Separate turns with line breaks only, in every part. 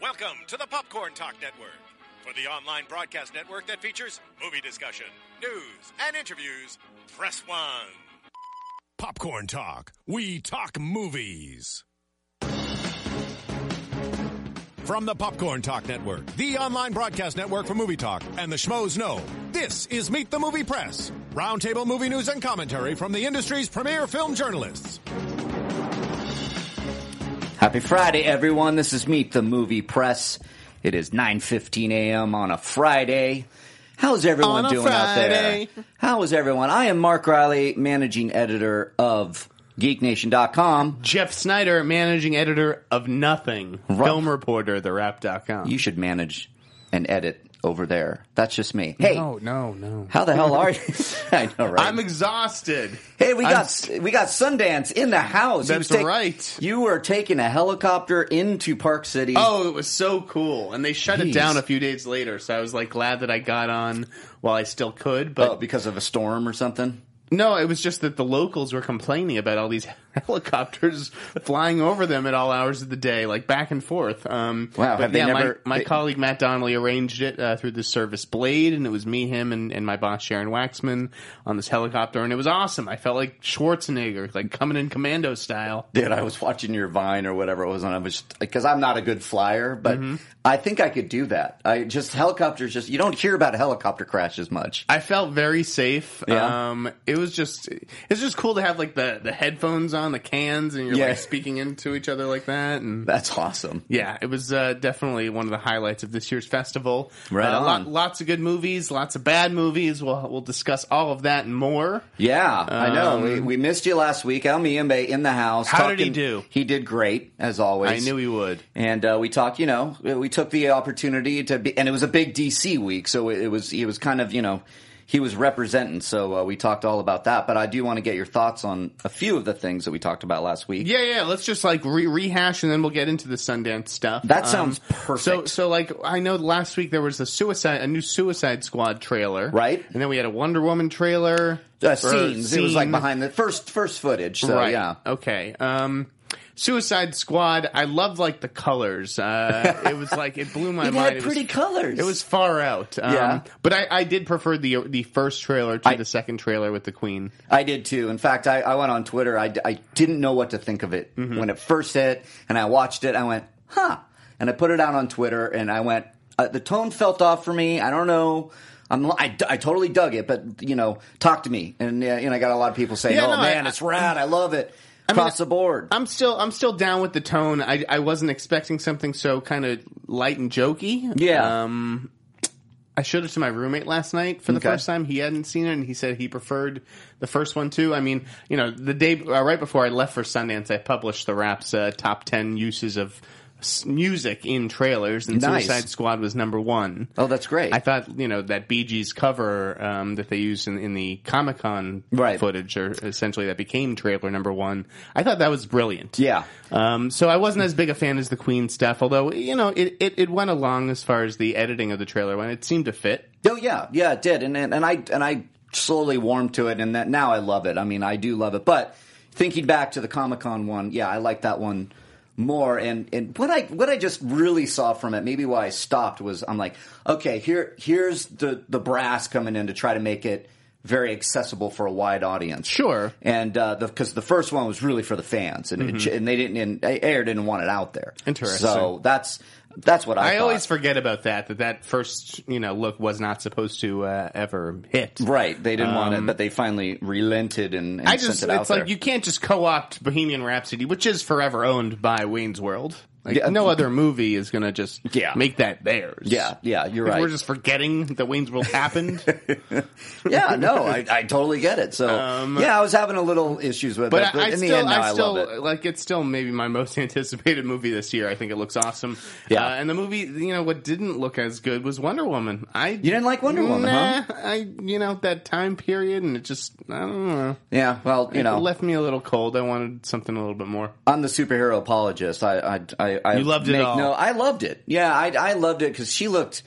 Welcome to the Popcorn Talk Network, for the online broadcast network that features movie discussion, news, and interviews. Press one. Popcorn Talk. We talk movies. From the Popcorn Talk Network, the online broadcast network for movie talk, and the schmoes know, this is Meet the Movie Press, roundtable movie news and commentary from the industry's premier film journalists.
Happy Friday, everyone. This is Meet the Movie Press. It is 9.15 a.m. on a Friday. How's everyone
On a
doing
Friday.
out there? How is everyone? I am Mark Riley, managing editor of GeekNation.com.
Jeff Snyder, managing editor of Nothing, film reporter, therap.com.
You should manage and edit over there. That's just me. Hey,
No, no, no.
how the hell are you? I know, right?
I'm exhausted.
hey, we
I'm
got we got Sundance in the house. He
That's
was tak-
right.
You were taking a helicopter into Park City.
Oh, it was so cool. And they shut
Jeez.
it down a few days later, so I was like glad that I got on while I still could, but
Oh, because of a storm or something.
no, it was just that the locals were complaining about all these helicopters flying over them at all hours of the day, like back and forth. Um
Wow, have
but
they
yeah,
never-
my, my
they-
colleague Matt Donnelly arranged it uh, through the service Blade and it was me, him and, and my boss Sharon Waxman on this helicopter and it was awesome. I felt like Schwarzenegger, like coming in commando style.
Dude, I was watching your Vine or whatever it was, and I was because I'm not a good flyer, but
Mm-hmm.
I think I could do that. I just helicopters, just you don't hear about a helicopter crash as much.
I felt very safe.
Yeah.
Um, it was just, it's just cool to have like the, the headphones on, the cans, and you're
Yeah.
like speaking into each other like that. And
That's awesome.
yeah, it was uh, definitely one of the highlights of this year's festival.
Right
Uh, lot-
on.
lots of good movies, lots of bad movies. We'll we'll discuss all of that and more.
Yeah, I know.
Um,
We, we missed you last week. El Miembe in the house.
How did he do?
He did great as always.
I knew he would.
And uh, we talked, you know, we took the opportunity to be, and it was a big DC week, so it was he was kind of, you know, he was representing. So uh, we talked all about that. But I do want to get your thoughts on a few of the things that we talked about last week.
Yeah, yeah. Let's just like re- rehash, and then we'll get into the Sundance stuff.
That sounds perfect.
Um, So, so like I know last week there was a suicide, a new Suicide Squad trailer,
Right.
And then we had a Wonder Woman trailer.
uh,
or
scenes. It was like
scene. Oh,
behind the first first footage. So yeah,
Okay. Um, Suicide Squad. I love like the colors. Uh, it was like it blew my
It had
mind.
pretty
it was,
colors.
It was far out. Um,
Yeah.
But I, I did prefer the the first trailer to
I-
the second trailer with the Queen.
I did too. In fact, I, I went on Twitter. I, d- I didn't know what to think of it
Mm-hmm.
when it first hit, and I watched it. I went, huh, and I put it out on Twitter, and I went. Uh, the tone felt off for me. I don't know. I'm, I, d- I totally dug it, but you know, talk to me, and uh, you know, I got a lot of people saying,
Yeah,
"Oh
no,
man,
I-
it's rad. I love it." Across the board,
I'm still I'm still down with the tone. I I wasn't expecting something so kind of light and jokey.
Yeah.
Um, I showed it to my roommate last night for the
Okay.
first time. He hadn't seen it, and he said he preferred the first one too. I mean, you know, the day uh, right before I left for Sundance, I published the Rap's uh, top ten uses of s- music in trailers, and
Nice.
Suicide Squad was number one.
oh, that's great.
I thought you know that Bee Gees cover um, that they used in, in the Comic Con
Right.
footage, or essentially that became trailer number one. I thought that was brilliant.
yeah,
Um, so I wasn't as big a fan as the Queen stuff, although you know it, it, it went along as far as the editing of the trailer went. It seemed to fit.
Oh yeah, yeah, it did, and and, and I and I slowly warmed to it, and that now I love it. I mean, I do love it. But thinking back to the Comic Con one, yeah, I like that one more. And and what I what I just really saw from it, maybe why I stopped was I'm like, okay, here here's the the brass coming in to try to make it very accessible for a wide audience.
Sure. Mm-hmm.
And because the, 'cause the first one was really for the fans, and it, and they didn't and Air didn't want it out there.
Interesting.
So that's that's what I,
I always
thought.
forget about that that that first you know look was not supposed to uh, ever hit.
Right, they didn't want it, but they finally relented and, and
Um, I just
sent it out
it's
there.
like you can't just co-opt Bohemian Rhapsody, which is forever owned by Wayne's World. Like
Yeah.
no other movie is gonna just
Yeah.
make that theirs.
yeah, yeah, you're
Like,
right.
We're just forgetting that Wayne's World happened.
yeah, no, I, I totally get it. So yeah, I was having a little issues with
Um, But
it, but
I, I
in
still,
the end, now I,
I still
love it.
like. It's still maybe my most anticipated movie this year. I think it looks awesome.
Yeah.
Uh, and the movie, you know, what didn't look as good was Wonder Woman. I you
didn't like Wonder Woman,
nah,
huh?
I you know that time period, and it just I don't know.
Yeah, well, you
it
know,
left me a little cold. I wanted something a little bit more.
I'm the superhero apologist. I, I, I, I
You loved it
make
all.
No, I loved it. Yeah, I, I loved it because she looked,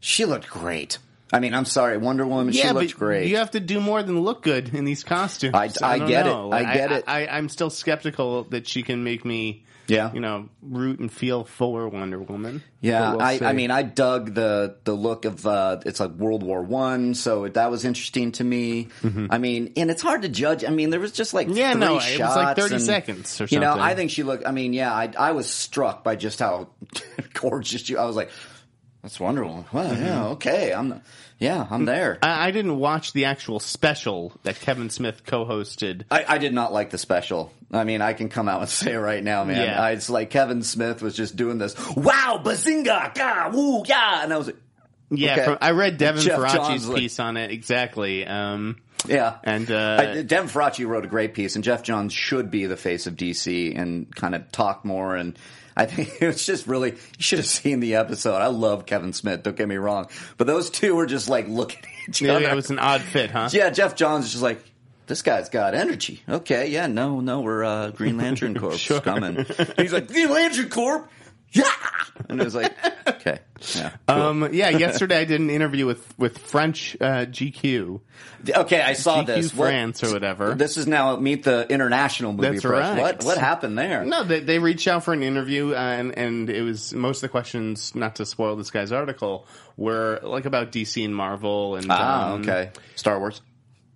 she looked great. I mean, I'm sorry, Wonder Woman. she looked great.
you have to do more than look good in these costumes.
I- I
don't
get it.
know.
I get it.
I, I, I'm still skeptical that she can make me
Yeah.
you know, root and feel for Wonder Woman.
Yeah,
But we'll
I,
see.
I mean, I dug the the look of uh, it's like World War One, so that was interesting to me. I mean, and it's hard to judge. I mean, there was just like
Mm-hmm. Yeah,
three
no, it was
shots
like 30
and,
seconds or
You know,
something.
I think she looked. I mean, yeah, I I was struck by just how gorgeous you. I was like, that's Wonder Woman. Well,
Mm-hmm.
yeah, okay, I'm yeah, I'm there. I,
I, I didn't watch the actual special that Kevin Smith co-hosted.
I, did not like the special. I mean, I can come out and say it right now, man.
Yeah.
I, it's like Kevin Smith was just doing this. Wow, bazinga, ga, woo, yeah, and I was like,
Yeah,
Okay.
from, I read Devin
Jeff
Farachi's
Johnsley.
piece on it exactly. Um,
yeah,
and uh,
I, Dem Faraci wrote a great piece, and Jeff Johns should be the face of DC and kind of talk more. And I think it was just really you should have seen the episode. I love Kevin Smith. Don't get me wrong, but those two were just like looking at each
yeah,
other.
it was an odd fit, huh?
yeah, Jeff Johns is just like. This guy's got energy. Okay, yeah, no, no, we're uh, Green Lantern Corp is coming. And he's like Green Lantern Corp, yeah. And it was like, okay, yeah, cool.
Um, yeah, yesterday I did an interview with with French uh, GQ,
okay. I saw
GQ
this. What-
France or whatever.
This is now meet the international movie.
That's
press.
right.
What what happened there?
no, they, they reached out for an interview, uh, and and it was most of the questions, not to spoil this guy's article, were like about DC and Marvel and
Ah,
um,
okay. Star Wars.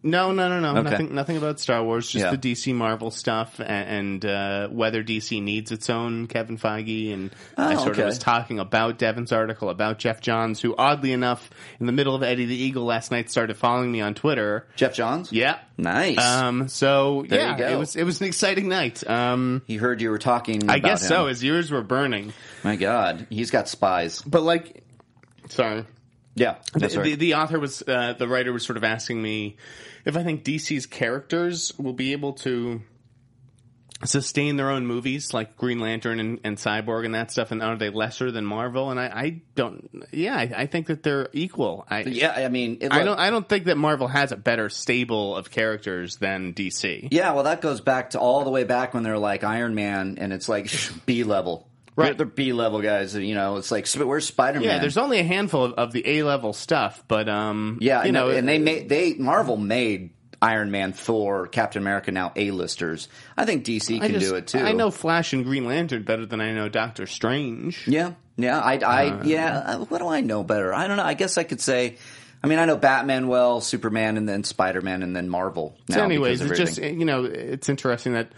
No, no, no, no.
Okay.
Nothing, nothing about Star Wars. Just
Yeah.
the DC Marvel stuff, and, and uh, whether DC needs its own Kevin Feige. And I sort
Oh, okay.
of was talking about Devin's article about Jeff Johns, who oddly enough, in the middle of Eddie the Eagle last night, started following me on Twitter.
Jeff Johns?
Yeah.
Nice.
Um. So
There you
yeah,
go.
it was it was an exciting night. Um.
he heard you were talking
I guess so. His ears were burning,
My God. He's got spies.
but like, sorry.
Yeah. That's
the, the,
right.
the author was uh, the writer was sort of asking me if I think DC's characters will be able to sustain their own movies like Green Lantern and, and Cyborg and that stuff, and are they lesser than Marvel? And I, I don't. Yeah, I, I think that they're equal. I,
yeah, I mean it,
I
look-
don't. I don't think that Marvel has a better stable of characters than DC.
Yeah, well that goes back to all the way back when they're like Iron Man and it's like B level.
Right.
They're, they're B level guys, you know, it's like sp- where's Spider Man?
Yeah, there's only a handful of, of the A level stuff, but um,
Yeah,
you
and,
know,
and they made they Marvel made Iron Man, Thor, Captain America now A listers. I think DC
I
can
just-
do it too.
I know Flash and Green Lantern better than I know Doctor Strange.
Yeah, yeah. I, I, yeah. uh, What do I know better? I don't know. I guess I could say. I mean, I know Batman well, Superman, and then Spider Man, and then Marvel.
So,
now
anyways,
because
it's
of
just
everything.
you know, it's interesting that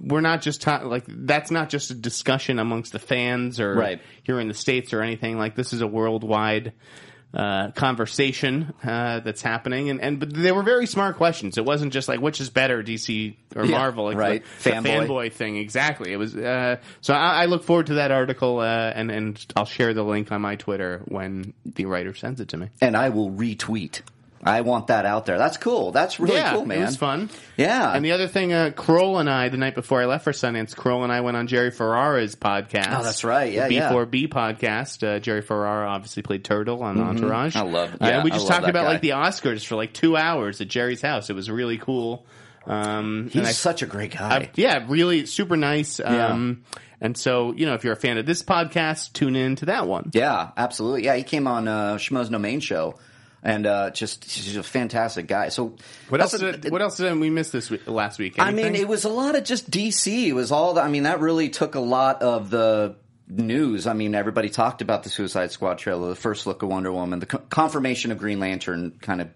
we're not just ta- like that's not just a discussion amongst the fans or
Right.
here in the states or anything. Like this is a worldwide. Uh, conversation uh, that's happening, and and but they were very smart questions. It wasn't just like which is better, DC or Marvel, like,
right.
The, the
Fanboy.
fanboy thing, exactly. It was uh, so. I, I look forward to that article, uh, and and I'll share the link on my Twitter when the writer sends it to me.
and I will retweet. I want that out there. That's cool. That's really
yeah,
cool, man.
it was fun.
Yeah,
And the other thing, uh, Kroll and I, the night before I left for Sundance, Kroll and I went on Jerry Ferrara's podcast.
Oh, that's right. Yeah,
the
yeah.
B4B podcast. Uh, Jerry Ferrara obviously played Turtle on Entourage.
Mm-hmm. I love-
Uh,
yeah,
and we
I
just
love
talked
that
about
guy.
like the Oscars for like two hours at Jerry's house. It was really cool. Um,
he's
and I,
such a great guy.
I- yeah, really super nice. Um, and so you know, if you're a fan of this podcast, tune in to that one.
yeah, absolutely. Yeah, he came on uh, Schmo's No Main show, and uh, just he's a fantastic guy. So
What else?
that's a-
Did, what else did we miss this week, last week?
I mean,
Anything?
it was a lot of just DC. It was all. The, I mean, that really took a lot of the news. I mean, everybody talked about the Suicide Squad trailer, the first look of Wonder Woman, the co- confirmation of Green Lantern, kind of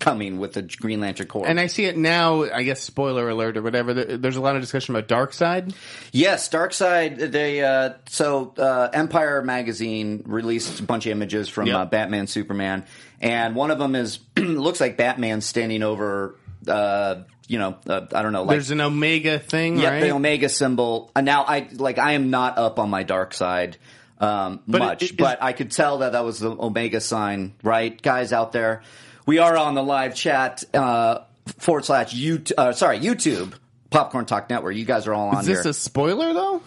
coming with the Green Lantern Corps.
and I see it now. I guess spoiler alert or whatever. there- There's a lot of discussion about Dark Side.
Yes, Darkseid. They uh, so uh, Empire magazine released a bunch of images from
Yeah.
uh, Batman, Superman, and one of them is looks like Batman standing over. Uh, you know, uh, I don't know. Like
There's an Omega thing,
Yeah,
right?
the Omega symbol. And now I like I am not up on my dark side um,
it-
much,
it- is-
but I could tell that that was the Omega sign, right, guys out there? We are on the live chat uh, forward slash YouTube. Uh, sorry, YouTube Popcorn Talk Network. You guys are all on
Is this
here.
a spoiler though?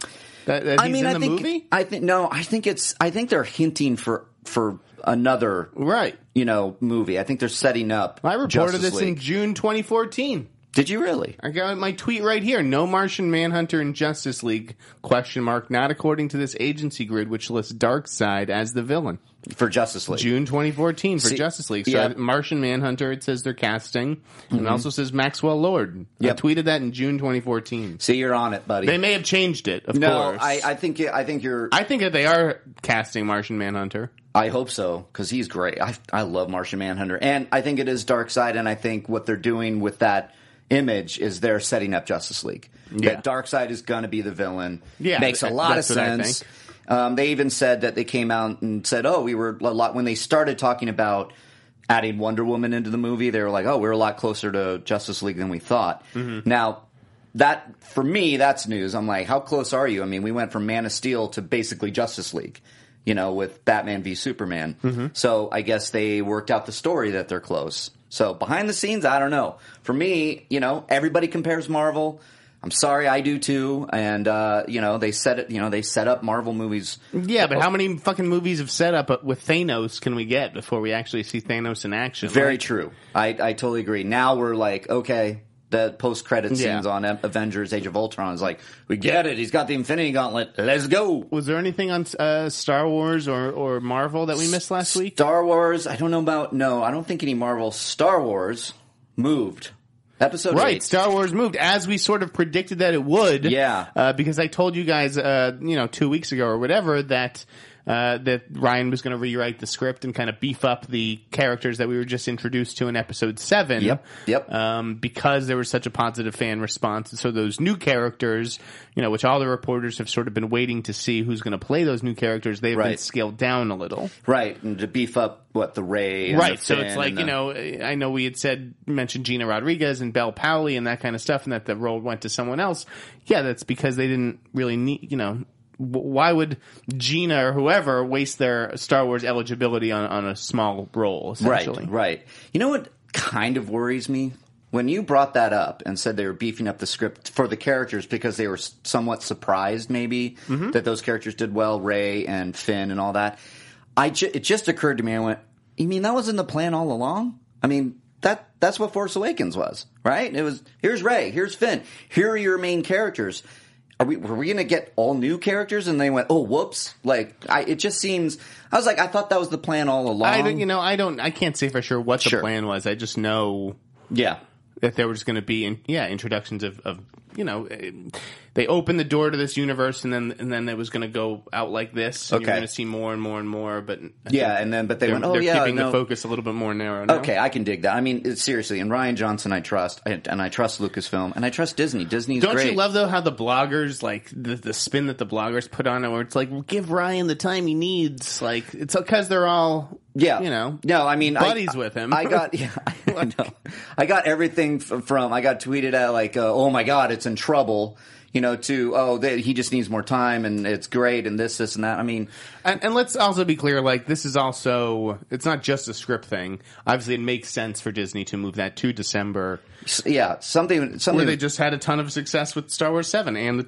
That, that
I
he's
mean,
in
I
the
think
movie,
I think no, I think it's I think they're hinting for for another
right?
you know movie. I think they're setting up.
I reported
Justice
this in
League.
June 2014.
Did you really?
I got my tweet right here. No Martian Manhunter in Justice League question mark. Not according to this agency grid, which lists Darkseid as the villain.
For Justice League.
June 2014 for Justice League. So
yeah. Mm-hmm.
Martian Manhunter, it says they're casting, and it also says Maxwell Lord.
Yep.
I tweeted that in June 2014.
See, you're on it, buddy.
They may have changed it, of
no,
course.
I, I think you- I think you're.
I think that they are casting Martian Manhunter.
I hope so because he's great. I I love Martian Manhunter, and I think it is Dark Side, and I think what they're doing with that image is they're setting up Justice League.
Yeah.
That Dark Side is going to be the villain.
Yeah,
makes a
th-
lot of
that's what I
sense. Um, they even said that they came out and said, "Oh, we were a lot." When they started talking about adding Wonder Woman into the movie, they were like, "Oh, we're a lot closer to Justice League than we thought."
Mm-hmm.
Now. That for me, that's news. I'm like, how close are you? I mean, we went from Man of Steel to basically Justice League, you know, with Batman v Superman. So I guess they worked out the story that they're close. So behind the scenes, I don't know. For me, you know, everybody compares Marvel. I'm sorry, I do too. And uh, you know, they set it. You know, they set up Marvel movies.
Yeah,
Oh.
but how many fucking movies of setup with Thanos can we get before we actually see Thanos in action?
Very
Like,
true. I, I totally agree. Now we're like, okay, the post credit
Yeah.
scenes on Avengers: Age of Ultron is like, we get it. He's got the Infinity Gauntlet. Let's go.
Was there anything on uh, Star Wars or, or Marvel that we missed last week?
Star Wars. I don't know about. No, I don't think any Marvel Star Wars moved. Episode
Right,
eight.
Star Wars moved as we sort of predicted that it would.
Yeah.
uh, because I told you guys, uh, you know, two weeks ago or whatever that uh, that Ryan was going to rewrite the script and kind of beef up the characters that we were just introduced to in episode seven.
Yep, yep.
Um, because there was such a positive fan response, and so those new characters, you know, which all the reporters have sort of been waiting to see who's going to play those new characters, they've been
Right.
scaled down a little.
right, and to beef up what the Ray. and
Right.
the
So
Finn
it's like,
and
you
the-
know, I know we had said, mentioned Gina Rodriguez and Belle Powley and that kind of stuff and that the role went to someone else. Yeah, that's because they didn't really need, you know, w- why would Gina or whoever waste their Star Wars eligibility on, on a small role, essentially?
Right, right. You know what kind of worries me? When you brought that up and said they were beefing up the script for the characters because they were s- somewhat surprised, maybe,
Mm-hmm.
that those characters did well, Ray and Finn and all that. I ju- it just occurred to me, I went, you mean that wasn't the plan all along? I mean, that that's what Force Awakens was, right? It was here's Ray, here's Finn, here are your main characters. Are we were we gonna get all new characters? And they went, oh, whoops! Like I, it just seems. I was like, I thought that was the plan all along.
I don't, you know, I don't, I can't say for sure what the
Sure.
plan was. I just know
Yeah.
that there was going to be, in, yeah, introductions of, of, you know, eh, they opened the door to this universe and then, and then it was going to go out like this. And You're
Okay.
going to see more and more and more, but I
Yeah, and then but they
They're,
went, oh
they're
yeah,
keeping
no.
the focus a little bit more narrow. Now.
Okay, I can dig that. I mean, it, seriously, and Ryan Johnson, I trust, I, and I trust Lucasfilm, and I trust Disney. Disney's
Don't
great.
you love though how the bloggers like the, the spin that the bloggers put on it, where it's like well, give Ryan the time he needs. Like it's because they're all
Yeah,
you know
No, I mean, I-
buddies with him.
I got, yeah, I, know. I got everything f- from I got tweeted at like, uh, oh my god, it's in trouble, you know, to oh they, he just needs more time, and it's great, and this, this, and that. I mean,
And, and let's also be clear, like this is also it's not just a script thing. Obviously, it makes sense for Disney to move that to December,
s- yeah, something,
where
something,
they just had a ton of success with Star Wars Seven and the,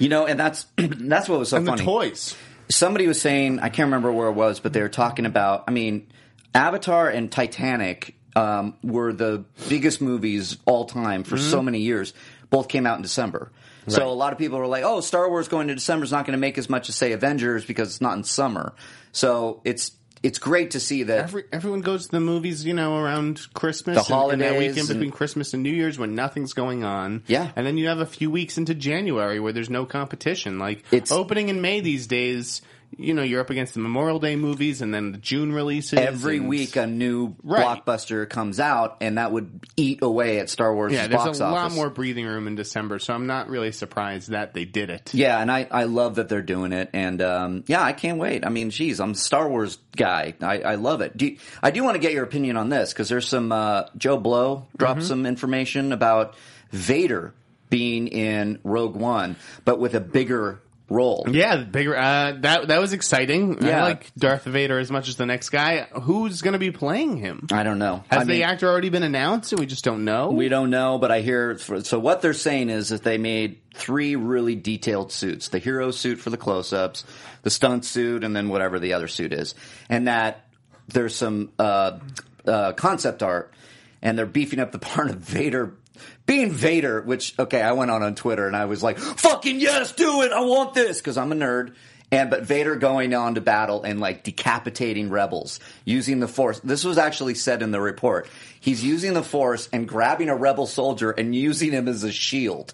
you know, and that's that's what was so
and the
funny.
toys.
somebody was saying I can't remember where it was, but they were talking about. I mean, Avatar and Titanic um, were the biggest movies all time for
Mm-hmm.
so many years. Both came out in December, so a lot of people were like, "Oh, Star Wars going to December is not going to make as much as say Avengers because it's not in summer." So it's it's great to see that.
Every, everyone goes to the movies, you know, around Christmas,
The
and- and, that
holidays
weekend
and-
between Christmas and New Year's when nothing's going on.
Yeah.
and then you have a few weeks into January where there's no competition. Like
It's-
opening in May these days, you know, you're up against the Memorial Day movies and then the June releases.
Every
and-
week, a new
Right.
blockbuster comes out, and that would eat away at Star Wars'
yeah, there's
box
a lot
office.
more breathing room in December, so I'm not really surprised that they did it.
Yeah, and I, I love that they're doing it, and um, yeah, I can't wait. I mean, geez, I'm a Star Wars guy. I, I love it. Do you- I do want to get your opinion on this because there's some uh, Joe Blow
Mm-hmm.
dropped some information about Vader being in Rogue One, but with a bigger role.
Yeah, the bigger uh, that that was exciting. I
Yeah.
like Darth Vader as much as the next guy. Who's going to be playing him?
I don't know.
Has
I
the
mean,
actor already been announced, and we just don't know?
we don't know, but I hear. So what they're saying is that they made three really detailed suits: the hero suit for the close-ups, the stunt suit, and then whatever the other suit is. And that there's some uh, uh, concept art, and they're beefing up the part of Vader being Vader, which okay, I went on on Twitter and I was like, "Fucking yes, do it! I want this" because I'm a nerd. And but Vader going on to battle and like decapitating rebels using the Force. This was actually said in the report. He's using the Force and grabbing a rebel soldier and using him as a shield.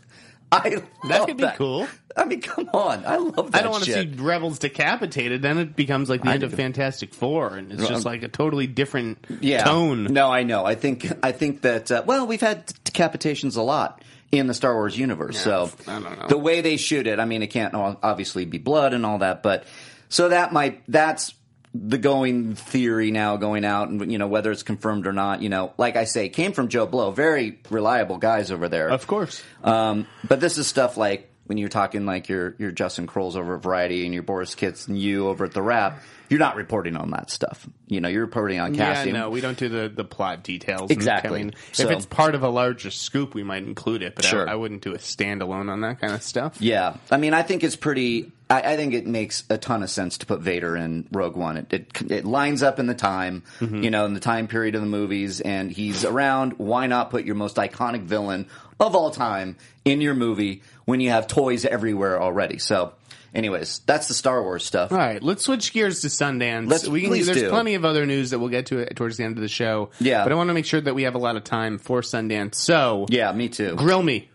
I love
That could be cool.
I mean, come on, I love that.
I don't want to
shit.
see rebels decapitated. Then it becomes like the
I
end of
do.
Fantastic Four, and it's
Well,
just like a totally different
yeah.
tone.
No, I know. I think I think that uh, well, we've had decapitations a lot in the Star Wars universe. so
I don't know.
the way they shoot it, I mean, it can't o- obviously be blood and all that, but so that might that's the going theory now going out and you know whether it's confirmed or not you know like i say came from joe blow very reliable guys over there
Of course,
um, but this is stuff like when you're talking like your your Justin Crowles over at Variety and your Boris Kitts and you over at the Rap, you're not reporting on that stuff. You know, you're reporting on casting.
Yeah, no, we don't do the, the plot details. and-
Exactly.
I mean,
So-
if it's part of a larger scoop, we might include it, but I-
Sure.
I, wouldn't do a standalone on that kind of stuff.
Yeah, I mean, I think it's pretty. I, I think it makes a ton of sense to put Vader in Rogue One. It it, it lines up in the time, you know, in the time period of the movies, and he's around. Why not put your most iconic villain of all time in your movie when you have toys everywhere already? So, anyways, that's the Star Wars stuff.
All right, let's switch gears to Sundance.
Let's-
we can,
please
there's
do.
plenty of other news that we'll get to it towards the end of the show.
Yeah.
but I want to make sure that we have a lot of time for Sundance. So,
Yeah, me too.
grill me.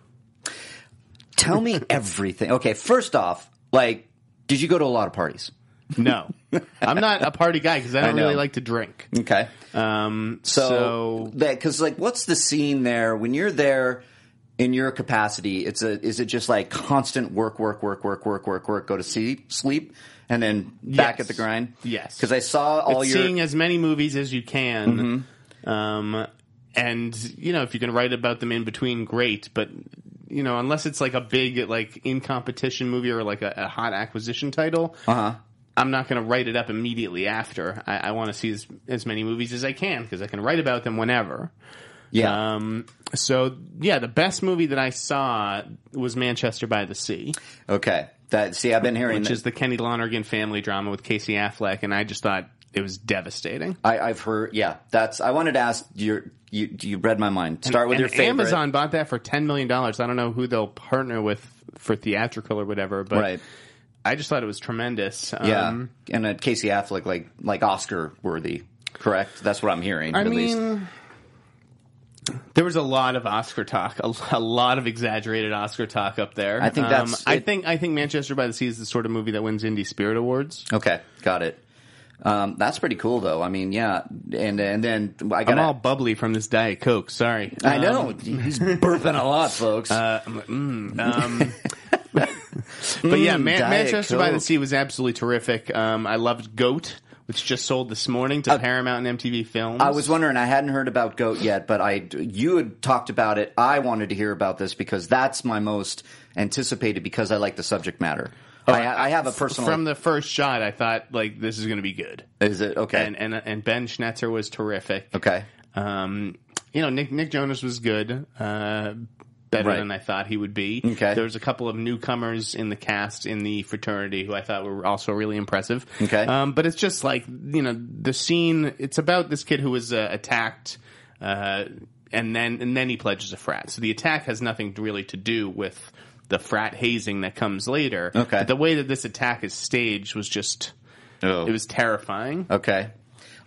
Tell me everything. Okay, first off, like, did you go to a lot of parties?
No, I'm not a party guy because I don't
know.
really like to drink.
Okay,
Um, so,
so, that because like, what's the scene there when you're there in your capacity? It's a is it just like constant work, work, work, work, work, work, work, go to sleep, sleep, and then back
Yes.
at the grind?
Yes.
because I saw all your Mm-hmm.
seeing as many movies as you can. Um, and you know, if you can write about them in between, great. But you know, unless it's like a big like in competition movie or like a, a hot acquisition title, uh-huh. I'm not going to write it up immediately after. I, I want to see as, as many movies as I can because I can write about them whenever.
yeah.
Um, so yeah, the best movie that I saw was Manchester by the Sea,
okay, that see, I've been hearing.
which
that-
is the Kenny Lonergan family drama with Casey Affleck, and I just thought it was devastating.
I, I've heard. Yeah, that's. I wanted to ask your. You, you read my mind. Start with
and
your favorite.
Amazon bought that for ten million dollars. I don't know who they'll partner with for theatrical or whatever, but
Right.
I just thought it was tremendous.
Yeah,
Um,
and uh, Casey Affleck, like like Oscar worthy, correct? That's what I'm hearing.
I
at least.
mean, there was a lot of Oscar talk, a, a lot of exaggerated Oscar talk up there. Um,
I think that's-
I
it-
think I think Manchester by the Sea is the sort of movie that wins Indie Spirit Awards.
Okay, got it. Um, that's pretty cool, though. I mean, yeah, and and then I got.
I'm all bubbly from this Diet Coke. Sorry, Um,
I know he's burping a lot, folks.
Uh, Um, But yeah,
Mm,
Man-
Diet
Manchester by the
Coke.
Sea was absolutely terrific. Um, I loved Goat, which just sold this morning to Paramount and MTV Films.
I was wondering. I hadn't heard about Goat yet, but I you had talked about it. I wanted to hear about this because that's my most anticipated because I like the subject matter. I, I have a personal.
Oh, from the first shot. I thought like this is going to be good,
is it okay?
and and and Ben Schnetzer was terrific.
okay.
Um, you know Nick Nick Jonas was good. Uh, better
Right.
than I thought he would be.
Okay.
There was a couple of newcomers in the cast in the fraternity who I thought were also really impressive.
Okay.
Um, but it's just like, you know, the scene, it's about this kid who was uh, attacked, uh, and then, and then he pledges a frat. So the attack has nothing really to do with the frat hazing that comes later.
Okay.
But the way that this attack is staged was just,
Oh.
it was terrifying.
Okay.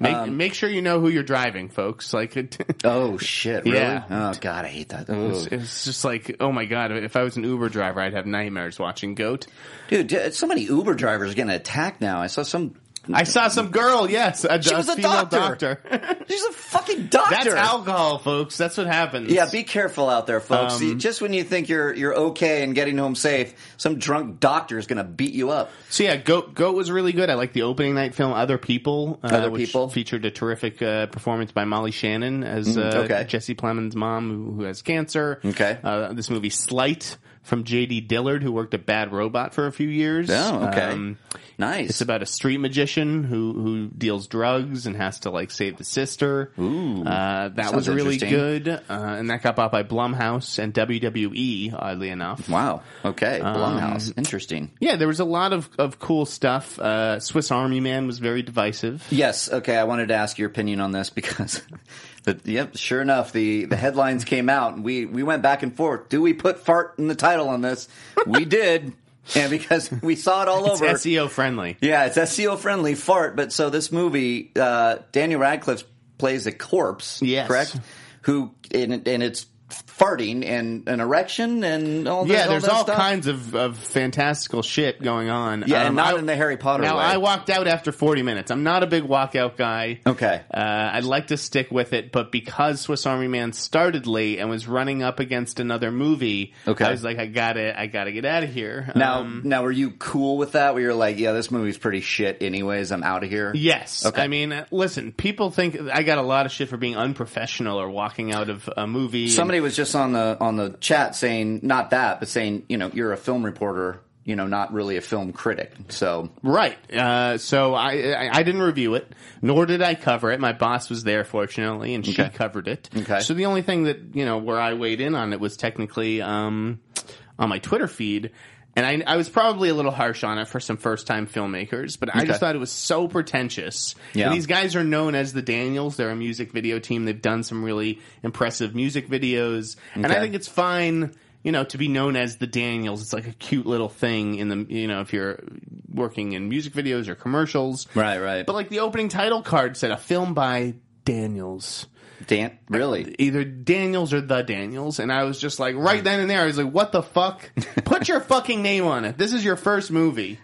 Make,
Um,
make sure you know who you're driving, folks. Like, it,
Oh shit! Really?
Yeah.
Oh god, I hate that. Ugh.
It was just like, oh my god! If I was an Uber driver, I'd have nightmares watching Goat.
Dude, d- so many Uber drivers are getting attacked now. I saw some.
I saw some girl. Yes, a,
was a
female
doctor.
doctor.
She's a fucking doctor.
That's alcohol, folks. That's what happens.
yeah, be careful out there, folks.
Um,
You- Just when you think you're you're okay and getting home safe, some drunk doctor is going to beat you up.
so yeah, Goat Goat was really good. I like the opening night film. Other people, uh,
Other
which
People. Mm,
featured a terrific uh, performance by Molly Shannon as uh,
okay.
Jesse Plemons' mom, who, who has cancer.
Okay.
uh, this movie Slight. from J.D. Dillard, who worked at Bad Robot for a few years.
Oh, okay.
Um,
nice.
it's about a street magician who who deals drugs and has to like save the sister.
Ooh.
uh, that was
Sounds
really
interesting.
good, uh, and that got bought by Blumhouse and WWE. Oddly enough,
wow. Okay.
Um,
Blumhouse. Interesting.
yeah, there was a lot of of cool stuff. Uh, Swiss Army Man was very divisive.
Yes. Okay. I wanted to ask your opinion on this because, the, yep. Sure enough, the the headlines came out, and we we went back and forth. Do we put fart in the title on this? we did, and because we saw it all
It's
over.
SEO E friendly.
Yeah, it's SEO friendly fart. But so this movie, uh, Daniel Radcliffe plays a corpse,
Yes.
correct? Who and, and it's farting and an erection and all. that,
Yeah, there's
that
all
stuff?
kinds of, of fantastical shit going on. Um,
Yeah, and not
I-
in the Harry Potter
Now
way.
I walked out after 40 minutes. I'm not a big walkout guy.
Okay.
Uh, I'd like to stick with it, but because Swiss Army Man started late and was running up against another movie,
Okay.
I was like, I gotta, I gotta get out of here.
Now,
Um,
now, were you cool with that? Where you're like, yeah, this movie's pretty shit. Anyways, I'm out of here.
Yes.
Okay.
I mean, uh, listen, people think I got a lot of shit for being unprofessional or walking out of a movie. and-
Somebody was just on the on the chat saying not that, but saying you know you're a film reporter, you know, not really a film critic. So
Right. Uh, so I, I I didn't review it, nor did I cover it. My boss was there, fortunately, and she
Okay.
covered it.
Okay.
So the only thing that you know where I weighed in on it was technically um, on my Twitter feed. And I, I was probably a little harsh on it for some first time filmmakers, but I
Okay.
just thought it was so pretentious.
Yeah.
And these guys are known as the Daniels. They're a music video team. They've done some really impressive music videos. And I
Okay.
think it's fine, you know, to be known as the Daniels. It's like a cute little thing in the, you know, if you're working in music videos or commercials.
Right, right.
But like the opening title card said, a film by Daniels.
Dan, really,
Either Daniels or the Daniels. And I was just like, right then and there, I was like, what the fuck? Put your fucking name on it. This is your first movie.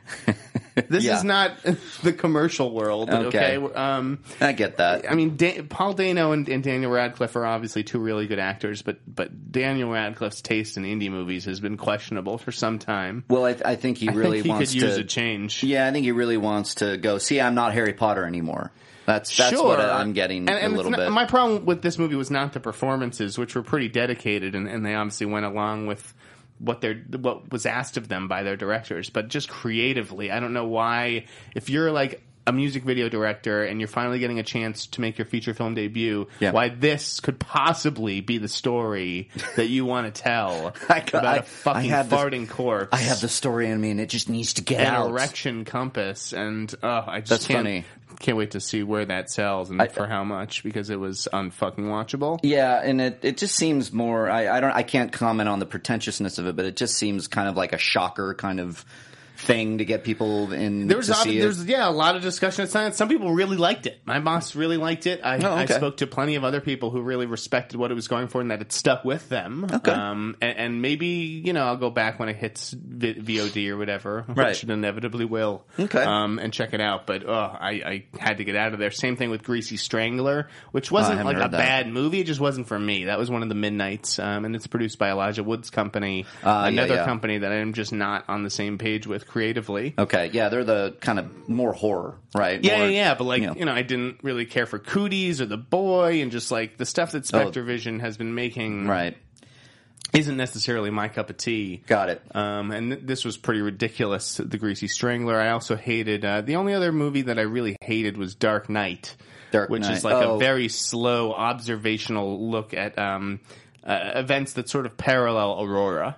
This
Yeah.
is not the commercial world.
Okay.
Okay. Um,
I get that.
I mean, da- Paul Dano and, and Daniel Radcliffe are obviously two really good actors, but but Daniel Radcliffe's taste in indie movies has been questionable for some time.
Well, I, I think he really
I think he
wants
could use
to
a change.
Yeah, I think he really wants to go. See, I'm not Harry Potter anymore. That's that's
sure.
what I'm getting
And- and
a
it's
little
not-
bit.
My problem with this movie was not the performances, which were pretty dedicated, and, and they obviously went along with what their what was asked of them by their directors. But just creatively, I don't know why. If you're like a music video director and you're finally getting a chance to make your feature film debut,
Yeah.
why this could possibly be the story that you want to tell
I got-
about
I-
a fucking
I have this-
farting corpse.
I have the story in me, and it just needs to get
an
out.
erection compass, and oh, I just
That's
can't,
funny.
can't wait to see where that sells and for how much because it was unfucking watchable.
Yeah, and it, it just seems more. I, I don't. I can't comment on the pretentiousness of it, but it just seems kind of like a shocker kind of thing to get people in
There was,
to
ob-
see it.
there's yeah, a lot of discussion at science. Some people really liked it. My boss really liked it. I,
Oh,
I
okay.
spoke to plenty of other people who really respected what it was going for and that it stuck with them.
Okay.
Um, and, and maybe you know I'll go back when it hits v- VOD or whatever,
Right.
which it inevitably will.
Okay.
Um, and check it out. But oh, I, I had to get out of there. Same thing with Greasy Strangler, which wasn't
Oh, haven't
like a
heard that.
bad movie. It just wasn't for me. That was one of the midnights, um, and it's produced by Elijah Wood's company,
Ah, yeah,
another
yeah.
company that I am just not on the same page with creatively.
okay, yeah, they're the kind of more horror, right?
Yeah,
More-
yeah, yeah, but like
you
you
know.
know. I didn't really care for Cooties or The Boy, and just like the stuff that Spectre Vision has been making
Oh. right.
isn't necessarily my cup of tea.
Got it.
Um, and th- this was pretty ridiculous. The Greasy Strangler. I also hated uh, the only other movie that I really hated was Dark Knight,
Dark
which
Knight.
is like
Oh.
a very slow observational look at um, uh, events that sort of parallel Aurora.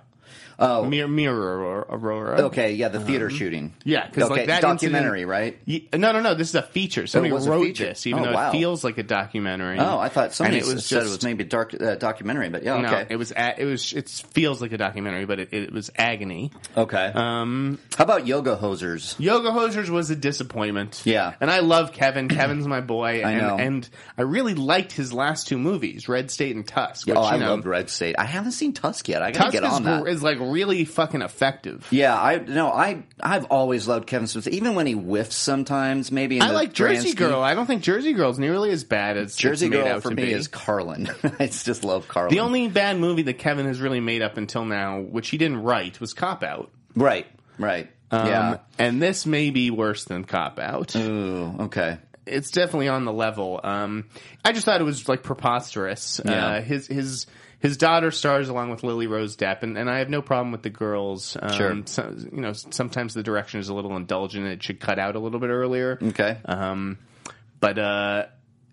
Oh, mirror, mirror Aurora.
Okay, yeah, the theater shooting.
Uh-huh. Yeah, because
okay,
like that
documentary,
incident-
right?
Ye- No, no, no. This is a feature. Somebody
was a
wrote
feature.
this, even
Oh,
though
wow.
it feels like a documentary.
Oh, I thought somebody
And it was
said it
just-
was maybe dark uh, documentary, but yeah,
no,
okay,
it was a it was it feels like a documentary, but it, it was agony.
okay. Um, How about yoga hosers?
Yoga Hosers was a disappointment.
Yeah.
and I love Kevin. Kevin's my boy.
I
and,
know.
and I really liked his last two movies, Red State and Tusk. Which,
oh, I
you know,
loved Red State. I haven't seen Tusk yet. I gotta
Tusk
get
is,
on that.
gr- is like really fucking effective.
yeah, I no, I I've always loved Kevin Smith, even when he whiffs sometimes. Maybe in
I
the
like Jersey
grand
Girl.
scheme-
I don't think Jersey Girl's nearly as bad as it's
Jersey
made
Girl
out
for
to
me
be.
is Carlin. I just love Carlin.
The only bad movie that Kevin has really made up until now, which he didn't write, was Cop Out.
right, right,
Um,
yeah. Uh.
And this may be worse than Cop Out.
Ooh, okay.
it's definitely on the level. Um, I just thought it was like preposterous.
Yeah.
Uh, his his his daughter stars along with Lily Rose Depp, and, and I have no problem with the girls. Um,
Sure.
so- you know, sometimes the direction is a little indulgent; it should cut out a little bit earlier.
Okay.
Um, but uh,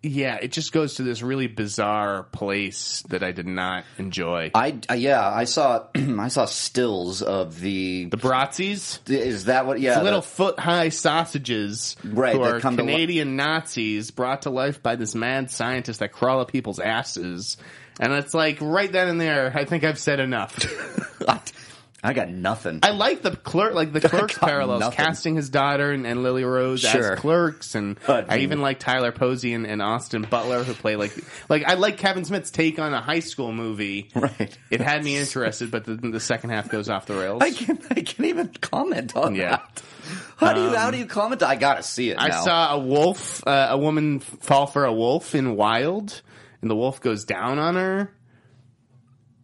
yeah, it just goes to this really bizarre place that I did not enjoy.
I uh, yeah, I saw I saw stills of the,
the Bratzies.
is that what yeah
the little
the-
foot high sausages
Right,
who
that
are
come to li-
Canadian Nazis brought to life by this mad scientist that crawl up people's asses. And it's like right then and there, I think I've said enough.
I got nothing.
I like the clerk, like the clerks
God,
parallels,
nothing.
casting his daughter and, and Lily Rose
Sure.
as clerks, and
But-
I even like Tyler Posey and, and Austin Butler who play like like I like Kevin Smith's take on a high school movie.
right.
It had me interested, but the, the second half goes off the rails.
I can't I can't even comment on
Yeah. Um,
that. How do you how do you comment? I gotta see it.
I
now.
saw a wolf, uh, a woman fall for a wolf in Wild, and the wolf goes down on her.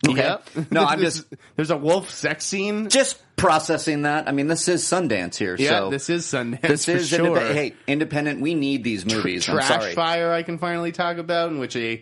Okay. No, I'm
This-
just-
there's a wolf sex scene.
just processing that. I mean, this is Sundance here.
yeah,
so
this is Sundance.
this
for
is
sure.
indep- hey independent. We need these movies.
Trash
I'm sorry.
Fire I can finally talk about in which a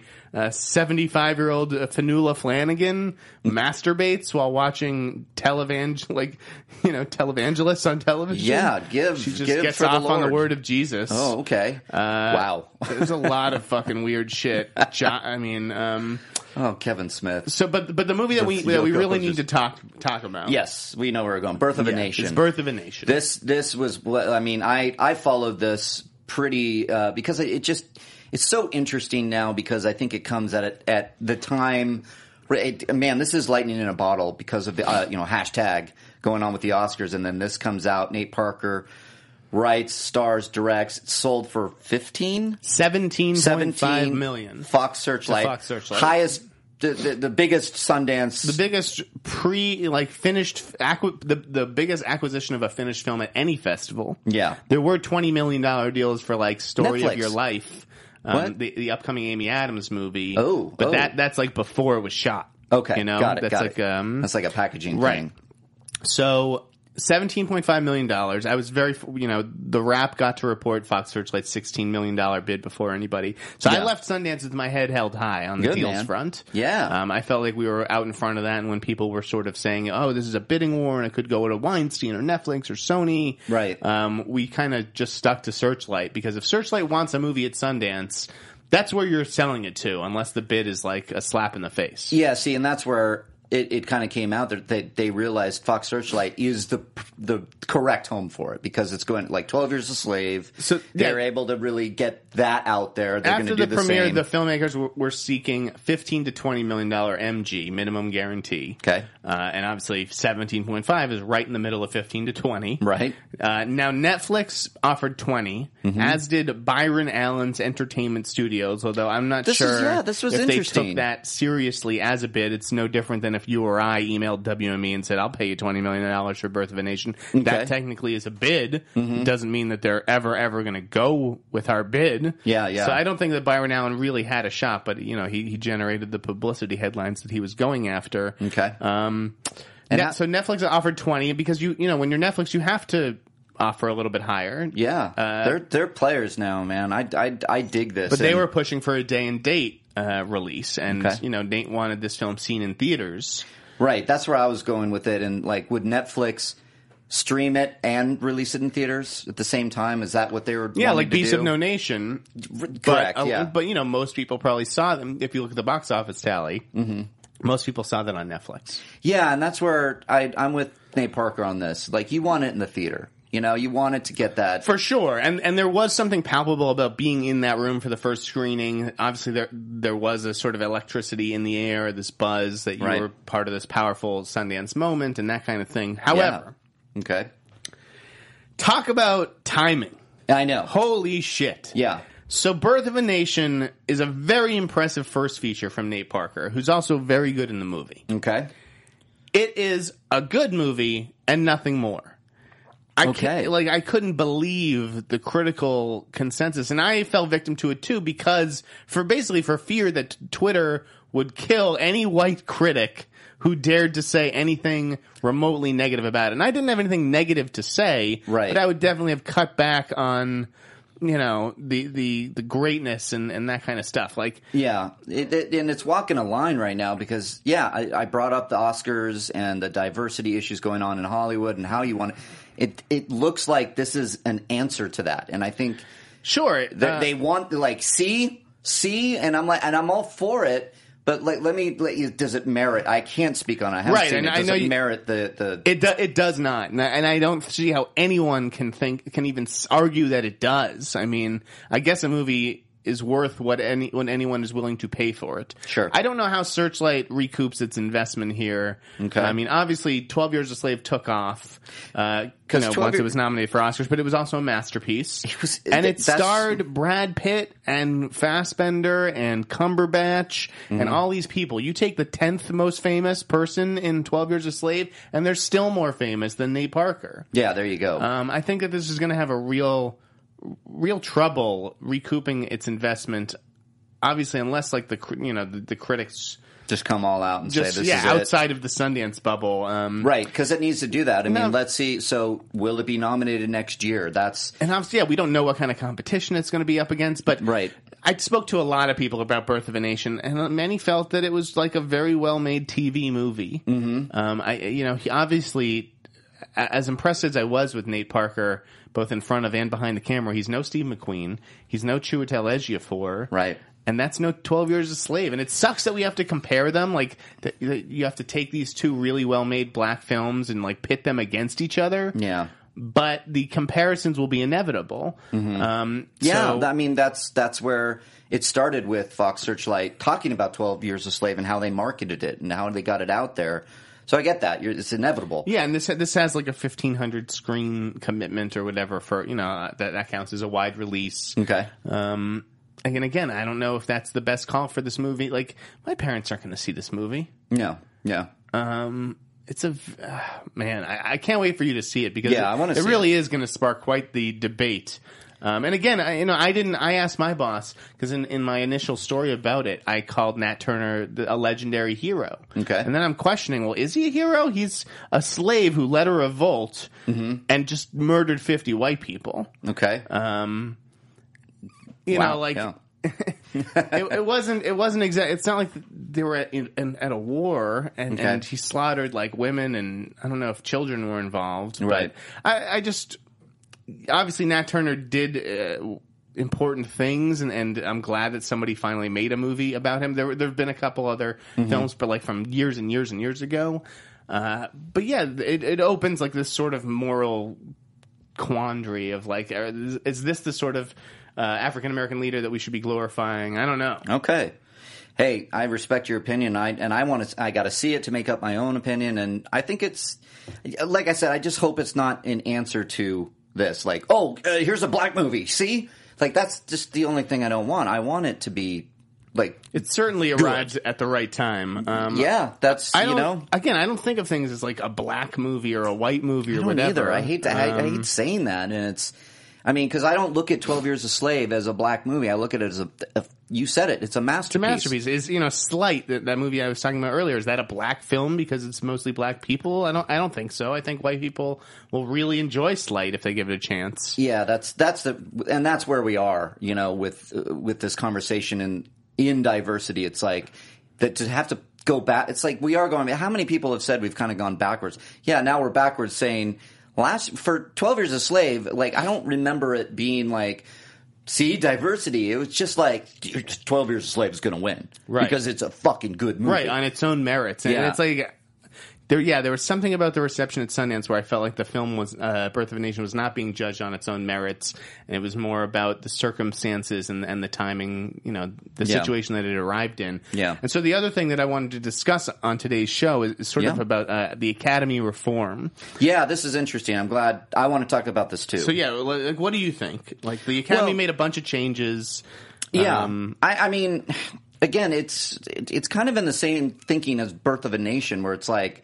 75 year old Fanula Flanagan masturbates while watching televangel like you know televangelists on television.
Yeah, give-
she just
give
gets
for the
off on the
Lord.
word of Jesus.
Oh, okay.
Uh,
wow.
There's a lot of fucking weird shit. Jo- I mean, um,
Oh, Kevin Smith.
so but but the movie that we
The
that we
Yoko
really
Brothers.
need to talk talk about,
Yes, we know where we're going. Birth of
yeah,
a Nation.
is Birth of a Nation.
this this was what I mean. I I followed this pretty uh, because it, it just it's so interesting now because I think it comes at it, at the time. It, man, this is lightning in a bottle because of the uh, you know hashtag going on with the Oscars, and then this comes out. Nate Parker writes, stars, directs. It's sold for fifteen.
17.5
17
million.
Fox Searchlight.
The Fox Searchlight.
Highest, the, the, the biggest Sundance.
The biggest pre like finished acqui- the the biggest acquisition of a finished film at any festival.
Yeah.
there were twenty million dollar deals for like Story
Netflix.
of Your Life, um,
What?
The, the upcoming Amy Adams movie.
Oh,
but
oh.
that that's like before it was shot.
okay,
you know
got it.
that's
got
like
it.
um
that's like a packaging
Right.
thing.
So seventeen point five million dollars. I was very, you know, the rap got to report Fox Searchlight's sixteen million dollar bid before anybody. So I
Yeah.
left Sundance with my head held high on the
Good,
deals
man.
front.
Yeah.
um, I felt like we were out in front of that, and when people were sort of saying, "Oh, this is a bidding war, and it could go to Weinstein or Netflix or Sony,"
Right.
Um, we kind of just stuck to Searchlight because if Searchlight wants a movie at Sundance. That's where you're selling it to, unless the bid is like a slap in the face.
Yeah, see, and that's where it, it kind of came out that they, they realized Fox Searchlight is the the correct home for it because it's going like Twelve Years a Slave.
So,
they're
yeah.
able to really get that out there. They're going
after
to
the,
do the,
premiere,
same.
the filmmakers were, were seeking fifteen to twenty million dollar MG minimum guarantee.
Okay.
uh, and obviously seventeen point five is right in the middle of fifteen to twenty.
Right.
uh, now, Netflix offered 20
Mm-hmm.
as did Byron Allen's Entertainment Studios. Although I'm not
This is-
sure
yeah, this was
if they
interesting.
took that seriously as a bid. It's no different than if you or I emailed WME and said, "I'll pay you twenty million dollars for Birth of a Nation."
Okay. Mm-hmm.
That technically is a bid. It doesn't mean that they're ever ever going to go with our bid.
Yeah, yeah.
So I don't think that Byron Allen really had a shot, but you know, he, he generated the publicity headlines that he was going after.
okay,
Um,
And
Net-
that-
so Netflix offered twenty because you you know when you're Netflix you have to offer a little bit higher.
yeah, they're they're players now, man. I I, I dig this.
uh, But they
And-
were pushing for a day and date uh, release, and
Okay.
you know Nate wanted this film seen in theaters.
right. That's where I was going with it. And like, would Netflix? Stream it and release it in theaters at the same time. Is that what they were?
Yeah,
wanting
like
to
Beast
do?
of No Nation.
Correct.
But, uh,
yeah,
But you know most people probably saw them if you look at the box office tally. Mm-hmm. Most people saw that on Netflix.
Yeah, and that's where I, I'm with Nate Parker on this. Like, you want it in the theater. You know, you want it to get that.
for sure and and there was something palpable about being in that room for the first screening obviously there there was a sort of electricity in the air this buzz that you
Right.
were part of this powerful sundance moment and that kind of thing however
Yeah. okay,
talk about timing
I know.
holy shit
yeah,
so birth of a nation is a very impressive first feature from nate parker who's also very good in the movie
okay,
it is a good movie and nothing more. I
Okay.
can't- like I couldn't believe the critical consensus, and I fell victim to it too because for basically for fear that t- Twitter would kill any white critic who dared to say anything remotely negative about it. And I didn't have anything negative to say,
Right.
But I would definitely have cut back on you know the the the greatness and and that kind of stuff. Like
Yeah, it, it, and it's walking a line right now because yeah, I, I brought up the Oscars and the diversity issues going on in Hollywood and how you want it. It looks like this is an answer to that, and I think
sure
that
uh,
they want like see see, and I'm like, and I'm all for it. But like, let me let you. Does it merit? I can't speak on. it. I haven't
Right,
seen
and
it.
I
Does
know
it
you-
merit the the
It do, it does not, and I, and I don't see how anyone can think can even s- argue that it does. I mean, I guess a movie is worth what any when anyone is willing to pay for it.
Sure.
I don't know how Searchlight recoups its investment here.
Okay.
I mean, obviously, Twelve Years a Slave took off because you
'Cause
know,
12
once it
Year-
was nominated for Oscars, but it was also a masterpiece. It
was-
and it
th- that's-
starred Brad Pitt and Fassbender and Cumberbatch
Mm-hmm.
and all these people. You take the tenth most famous person in Twelve Years a Slave, and they're still more famous than Nate Parker.
yeah. There you go.
Um, I think that this is going to have a real, real trouble recouping its investment. Obviously, unless like the cr- you know the, the critics
just come all out and
just
say this
yeah
is it.
outside of the Sundance bubble. Um,
Right, because it needs to do that. I
No.
mean, let's see. So, will it be nominated next year? That's
and obviously, yeah, we don't know what kind of competition it's going to be up against, but
Right.
I spoke to a lot of people about Birth of a Nation, and uh, many felt that it was like a very well made TV movie. Mm-hmm. Um, I, you know, he obviously, a- as impressed as I was with Nate Parker, both in front of and behind the camera, he's no Steve McQueen, he's no Chiwetel Ejiofor,
Right.
And that's no Twelve Years a Slave, and it sucks that we have to compare them. Like that, that you have to take these two really well made black films and like pit them against each other
yeah,
but the comparisons will be inevitable. Um,
yeah.
so-
I mean, that's that's where it started with Fox Searchlight talking about Twelve Years a Slave and how they marketed it and how they got it out there. So I get that. You're, it's inevitable.
yeah, and this this has like a fifteen hundred screen commitment or whatever for you know uh, that that counts as a wide release.
Okay.
Um, and again, I don't know if that's the best call for this movie. Like, my parents aren't going to see this movie.
Yeah. Yeah.
Um, it's a v- ah, man. I, I can't wait for you to see it because
Yeah,
it,
I wanna
it
see
really is going to spark quite the debate. Um, and again, I, you know, I didn't. I asked my boss because in, in my initial story about it, I called Nat Turner the, a legendary hero.
Okay.
and then I'm questioning, well, is he a hero? He's a slave who led a revolt
Mm-hmm.
and just murdered 50 white people.
Okay.
You
Wow,
know, like
yeah.
it, it wasn't it wasn't exact it's not like they were at, in, in, at a war and,
Okay.
and he slaughtered like women and i don't know if children were involved but
Right.
I, I just obviously nat turner did uh, important things and, and i'm glad that somebody finally made a movie about him there, were- there have been a couple other films but like from years and years and years ago uh, but yeah it, it opens like this sort of moral quandary of like are- is is this the sort of uh, African American leader that we should be glorifying? I don't know.
Okay. Hey, I respect your opinion. I and I want to. I got to see it to make up my own opinion. And I think it's, like I said, I just hope it's not an answer to this. Like, oh, uh, here's a black movie. See, like that's just the only thing I don't want. I want it to be like,
It certainly arrived at the right time. Um,
yeah, that's
I
you
don't.
know.
Again, I don't think of things as like a black movie or a white movie or
I don't
whatever.
either. I hate that. I, I
Um,
hate saying that, and it's. I mean, because I don't look at Twelve Years a Slave as a black movie. I look at it as a. a- you said it. It's a masterpiece.
masterpiece is you know slight that, that movie I was talking about earlier is that a black film because it's mostly black people? I don't. I don't think so. I think white people will really enjoy Slight if they give it a chance.
Yeah, that's that's the and that's where we are, you know, with uh, with this conversation and in diversity, it's like that to have to go back. It's like we are going. How many people have said we've kind of gone backwards? Yeah, now we're backwards. Saying last for twelve years a slave, like I don't remember it being like. See diversity. It was just like Twelve Years a Slave is going to win
Right.
because it's a fucking good movie.
right on its own merits and
Yeah.
it's like there yeah there was something about the reception at sundance where i felt like the film was uh, birth of a nation was not being judged on its own merits and it was more about the circumstances and, and the timing you know the
Yeah.
situation that it arrived in
Yeah.
and so the other thing that i wanted to discuss on today's show is, is sort of
Yeah.
about uh, the academy reform
Yeah, this is interesting. I'm glad. I want to talk about this too.
so yeah li- like, what do you think like the academy
Well-
made a bunch of changes
Yeah, Um, I, I mean, again, it's it, it's kind of in the same thinking as Birth of a Nation, where it's like,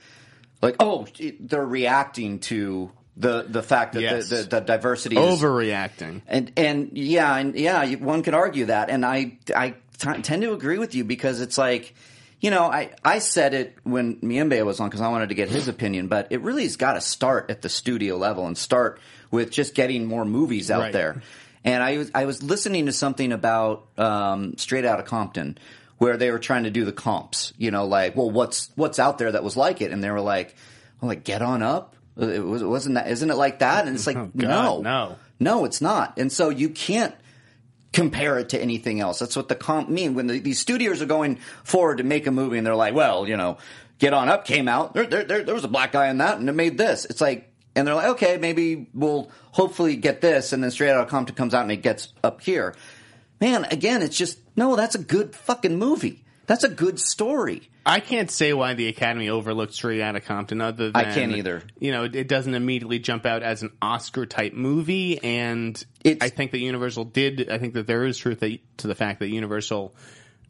like oh, it- they're reacting to the the fact that
Yes.
the, the, the diversity is
overreacting
and and yeah, and yeah, you- one could argue that, and I I t- tend to agree with you because it's like, you know, I I said it when Miembe was on because I wanted to get his opinion, but it really has got to start at the studio level and start with just getting more movies out
Right.
there. and I was I was listening to something about um, Straight Outta Compton, where they were trying to do the comps. You know, like, well, what's what's out there that was like it? And they were like, well, like Get On Up. It was, wasn't that? Isn't it like that? And it's like, no,
Oh, God, no.
no, it's not. And so you can't compare it to anything else. That's what the comp mean. When the, these studios are going forward to make a movie and they're like, well, you know, Get On Up came out. There, there, there, there was a black guy in that and it made this. It's like, and they're like, okay, maybe we'll hopefully get this. And then Straight Outta Compton comes out and it gets up here. Man, again, it's just, no, that's a good fucking movie. That's a good story.
I can't say why the Academy overlooked Straight Outta Compton. Other than
I can't either.
You know, it, it doesn't immediately jump out as an Oscar type movie, and
It's-
I think that Universal did. I think that there is truth that, to the fact that Universal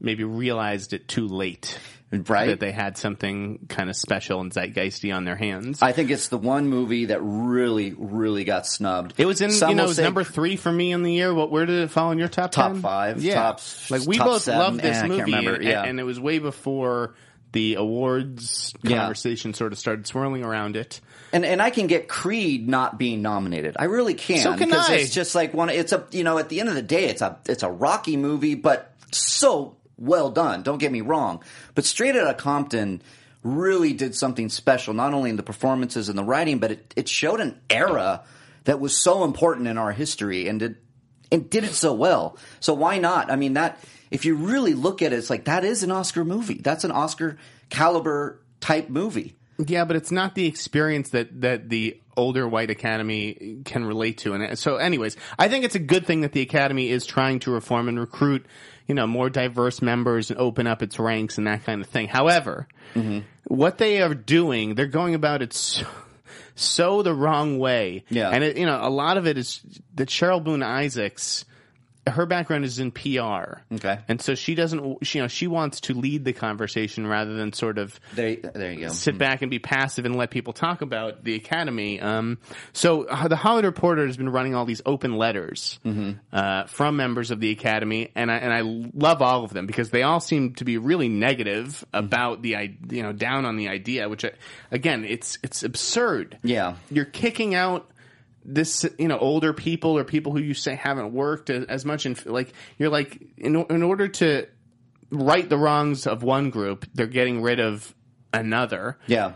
maybe realized it too late,
Right?
That they had something kind of special and zeitgeisty on their hands.
I think it's the one movie that really, really got snubbed.
it was in
Some
you know
will
it was
say
number three for me in the year. What where did it fall in your top
Top
10?
five,
Yeah,
top-
like we
top
both
seven,
loved this
eh, I can't
movie,
remember,
and,
yeah.
and it was way before the awards
Yeah.
conversation sort of started swirling around it.
and and I can get Creed not being nominated. I really can.
So can
'cause
I.
It's just like one. It's a you know at the end of the day, it's a it's a rocky movie, but so well done. Don't get me wrong, but Straight Outta Compton really did something special, not only in the performances and the writing, but it it showed an era that was so important in our history and did and did it so well. So why not? I mean that if you really look at it, it's like that is an Oscar movie. That's an Oscar caliber type movie.
Yeah, but it's not the experience that that the older white academy can relate to. And so, anyways, I think it's a good thing that the academy is trying to reform and recruit, you know, more diverse members and open up its ranks and that kind of thing. However,
Mm-hmm.
what they are doing, they're going about it so, so the wrong way.
Yeah.
and it, you know, a lot of it is that Cheryl Boone Isaacs. Her background is in PR.
Okay.
And so she doesn't, she, you know, she wants to lead the conversation rather than sort of
There, there you go.
sit back and be passive and let people talk about the academy. Um, so uh, the Hollywood Reporter has been running all these open letters uh, from members of the academy, and I and I love all of them because they all seem to be really negative about the i- you know down on the idea, which I, again it's it's absurd.
Yeah.
you're kicking out. This you know older people or people who you say haven't worked as, as much and like you're like in in order to right the wrongs of one group, they're getting rid of another.
Yeah.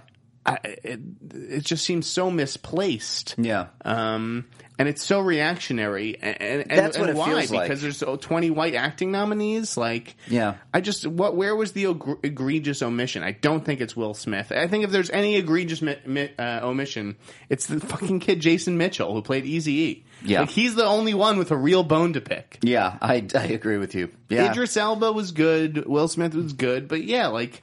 I, it, it just seems so misplaced.
Yeah.
Um, and it's so reactionary. And, and,
That's what
and
it
why?
feels like.
Because there's oh, 20 white acting nominees. Like,
Yeah.
I just, what, where was the egr- egregious omission? I don't think it's Will Smith. I think if there's any egregious mi- mi- uh, omission, it's the fucking kid Jason Mitchell who played Eazy-E.
Yeah.
Like, he's the only one with a real bone to pick.
Yeah, I, I agree with you. Yeah.
Idris Elba was good. Will Smith was good. But yeah, like,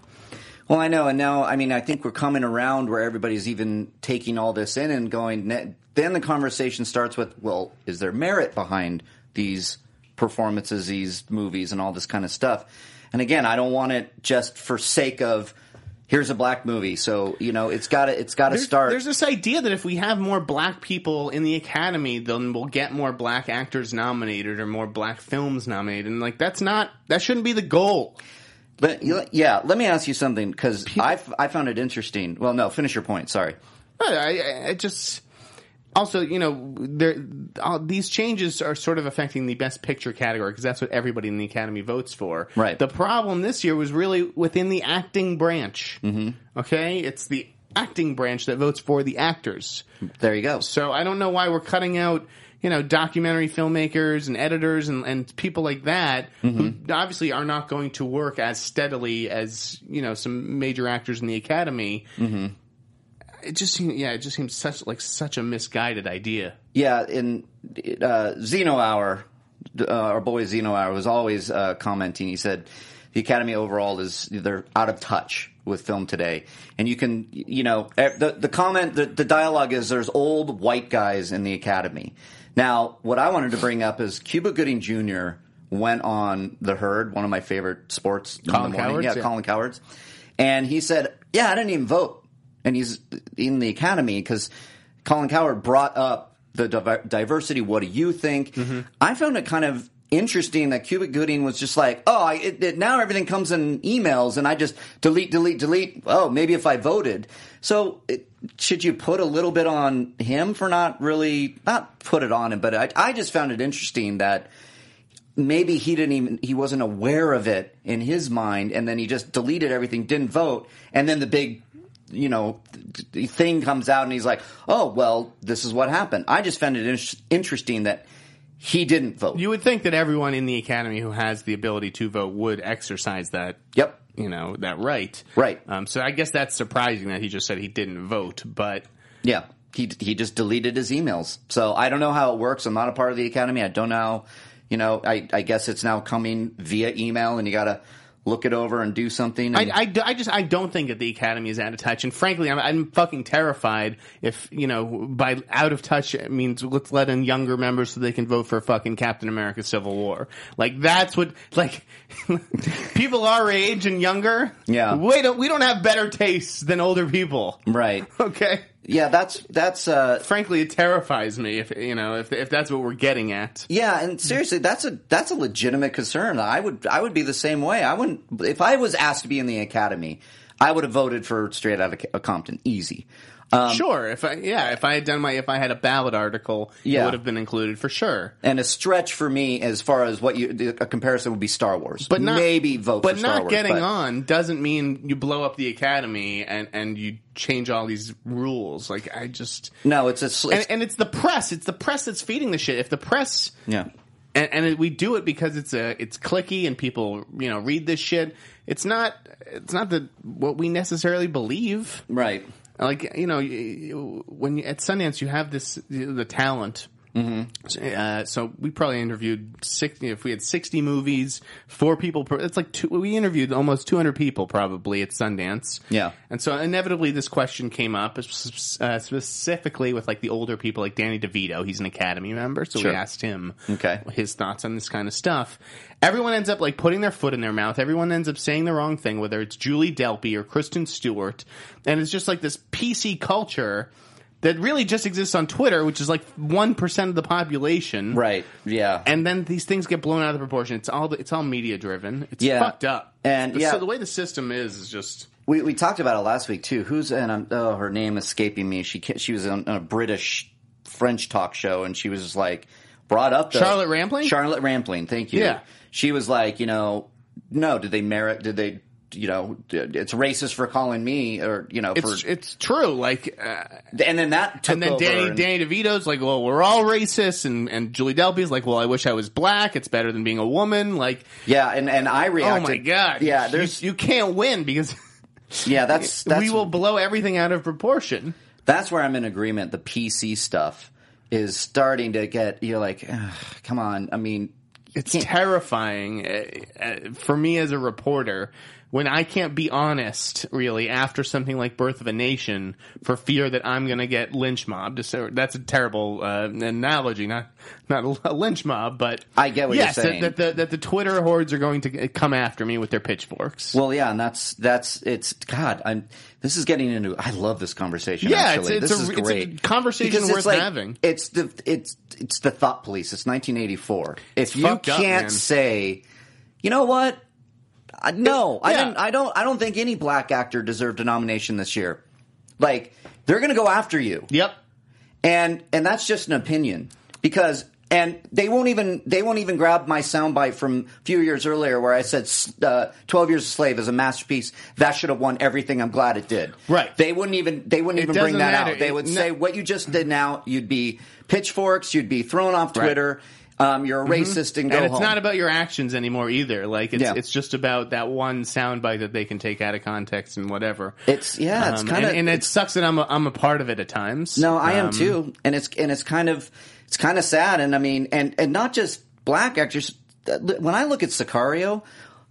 well, I know, and now I mean, I think we're coming around where everybody's even taking all this in and going. ne- Then the conversation starts with, well, is there merit behind these performances, these movies, and all this kind of stuff? And again, I don't want it just for sake of here's a black movie. So you know, it's got to it's got to
there's,
start.
there's this idea that if we have more black people in the academy, then we'll get more black actors nominated or more black films nominated. And like that's not that shouldn't be the goal.
But you- yeah, let me ask you something because I f- I found it interesting. Well, no, finish your point. Sorry.
But I, I, I just also you know there uh, these changes are sort of affecting the best picture category because that's what everybody in the academy votes for.
Right.
The problem this year was really within the acting branch. Mm-hmm. Okay, it's the acting branch that votes for the actors.
There you go.
So I don't know why we're cutting out, you know, documentary filmmakers and editors and, and people like that
Mm-hmm.
who obviously are not going to work as steadily as, you know, some major actors in the academy. Mm-hmm. It just seems, yeah, it just seems such like such a misguided idea.
Yeah, in uh, Zeno Hour, uh, our boy Zeno Hour was always uh, commenting. He said the Academy overall is they're out of touch with film today, and you can you know eh, the the comment the, the dialogue is there's old white guys in the Academy. Now, what I wanted to bring up is Cuba Gooding Jr. went on the herd, one of my favorite sports.
Colin
in the morning.
Cowherd's,
yeah,
yeah.
Colin Cowards, and he said, "Yeah, I didn't even vote." And he's in the academy because Colin Coward brought up the diver- diversity. What do you think? I found it kind of interesting that Cubic Gooding was just like, "Oh, I, it, it, now everything comes in emails, and I just delete, delete, delete." Oh, maybe if I voted. So it, should you put a little bit on him for not really not put it on him? But I, I just found it interesting that maybe he didn't even he wasn't aware of it in his mind, and then he just deleted everything, didn't vote, and then the big you know th- th- thing comes out, and he's like, "Oh well, this is what happened." I just found it in- interesting that he didn't vote.
You would think that everyone in the academy who has the ability to vote would exercise that.
Yep.
You know that right.
Right.
Um, so I guess that's surprising that he just said he didn't vote, but
Yeah, he he just deleted his emails. So I don't know how it works. I'm not a part of the academy. I don't know. You know, I I guess it's now coming via email, and you got to look it over and do something.
I,
And,
I d- I just I don't think that the academy is out of touch, and frankly, I'm, I'm fucking terrified. If you know, by out of touch it means let's let in younger members so they can vote for fucking Captain America: Civil War. Like that's what like people our age and younger.
Yeah.
we don't we don't have better tastes than older people.
right?
Okay,
Yeah, that's that's uh
frankly, it terrifies me if you know if if that's what we're getting at.
yeah, and seriously, that's a that's a legitimate concern. I would I would be the same way. I wouldn't if I was asked to be in the academy. I would have voted for Straight Outta Ca- Compton, easy. Um,
sure, if I yeah, if I had done my if I had a ballot article, it
Yeah.
would have been included for sure.
and a stretch for me as far as what you a comparison would be Star Wars,
but not
maybe vote.
But
for
not
Star Wars,
getting
but-
on doesn't mean you blow up the academy and and you change all these rules. Like I just
No, it's a sl-
and,
it's,
and it's the press. It's the press that's feeding the shit. If the press
yeah.
and, and we do it because it's a it's clicky and people you know read this shit. It's not it's not the what we necessarily believe.
Right.
like you know you- you- when you, at Sundance you have this the talent. Mm-hmm. Uh, so we probably interviewed sixty. If we had sixty movies, four people. Per, it's like two, we interviewed almost two hundred people probably at Sundance.
Yeah.
and so inevitably this question came up uh, specifically with like the older people, like Danny DeVito. He's an Academy member, so
Sure.
we asked him
Okay.
his thoughts on this kind of stuff. Everyone ends up like putting their foot in their mouth. Everyone ends up saying the wrong thing, whether it's Julie Delpy or Kristen Stewart, and it's just like this PC culture that really just exists on Twitter, which is like one percent of the population,
Right. Yeah.
And then these things get blown out of proportion. It's all it's all media driven. It's
Yeah.
fucked up.
And,
so
yeah.
the way the system is is just
we we talked about it last week too. Who's and I'm, oh her name escaping me. She ca- she was on, on a British French talk show and she was just like brought up the,
Charlotte Rampling?
Charlotte Rampling. Thank you.
Yeah.
She was like, you know, no, did they merit? Did they? You know, it's racist for calling me or you know
it's
for
it's true. Like uh,
and then that took
and then
over
Danny,
and-
Danny DeVito's like, well, we're all racist, and, and Julie Delpy's like, well, I wish I was black. It's better than being a woman. Like,
yeah and and I
oh
reacted
my god,
yeah
You-
there's
you, can't win because
yeah that's that's
we will blow everything out of proportion.
that's where I'm in agreement. The PC stuff is starting to get you're like, "Ugh, come on. I mean,
It's
can't-
terrifying uh, uh, for me as a reporter when I can't be honest really after something like Birth of a Nation for fear that I'm going to get lynch mobbed. So that's a terrible uh, analogy, not not a lynch mob, but
I get what you're
yes,
saying.
That, that, the, that the Twitter hordes are going to come after me with their pitchforks.
well, yeah, and that's that's it's God. I'm this is getting into. I love this conversation.
Yeah, it's-
actually,
it's
this
a-
is
it's a
great
conversation
Because it's
worth
like-
having.
It's the it's it's the thought police. It's 1984. If you
fucked up,
can't
man.
say, you know what? I, no, I
Yeah.
didn't. I don't. I don't think any black actor deserved a nomination this year. Like they're going to go after you.
Yep.
and and that's just an opinion because and they won't even they won't even grab my soundbite from a few years earlier where I said s- uh, Twelve Years a Slave is a masterpiece that should have won everything. I'm glad it did.
Right.
They wouldn't even they wouldn't
It
even bring
doesn't
that
matter.
out. They
It-
would
no-
say what you just did now. You'd be pitchforks. You'd be thrown off
Right. Mm-hmm.
Twitter. Um, you're a racist and go
and it's
home.
not about your actions anymore either. Like it's
Yeah.
it's just about that one soundbite that they can take out of context and whatever.
It's- yeah, it's
Um,
kinda-
and, and it sucks that I'm a, I'm a part of it at times.
No, I am
Um,
too, and it's and it's kind of it's kind of sad, and I mean, and and not just black actors. When I look at Sicario,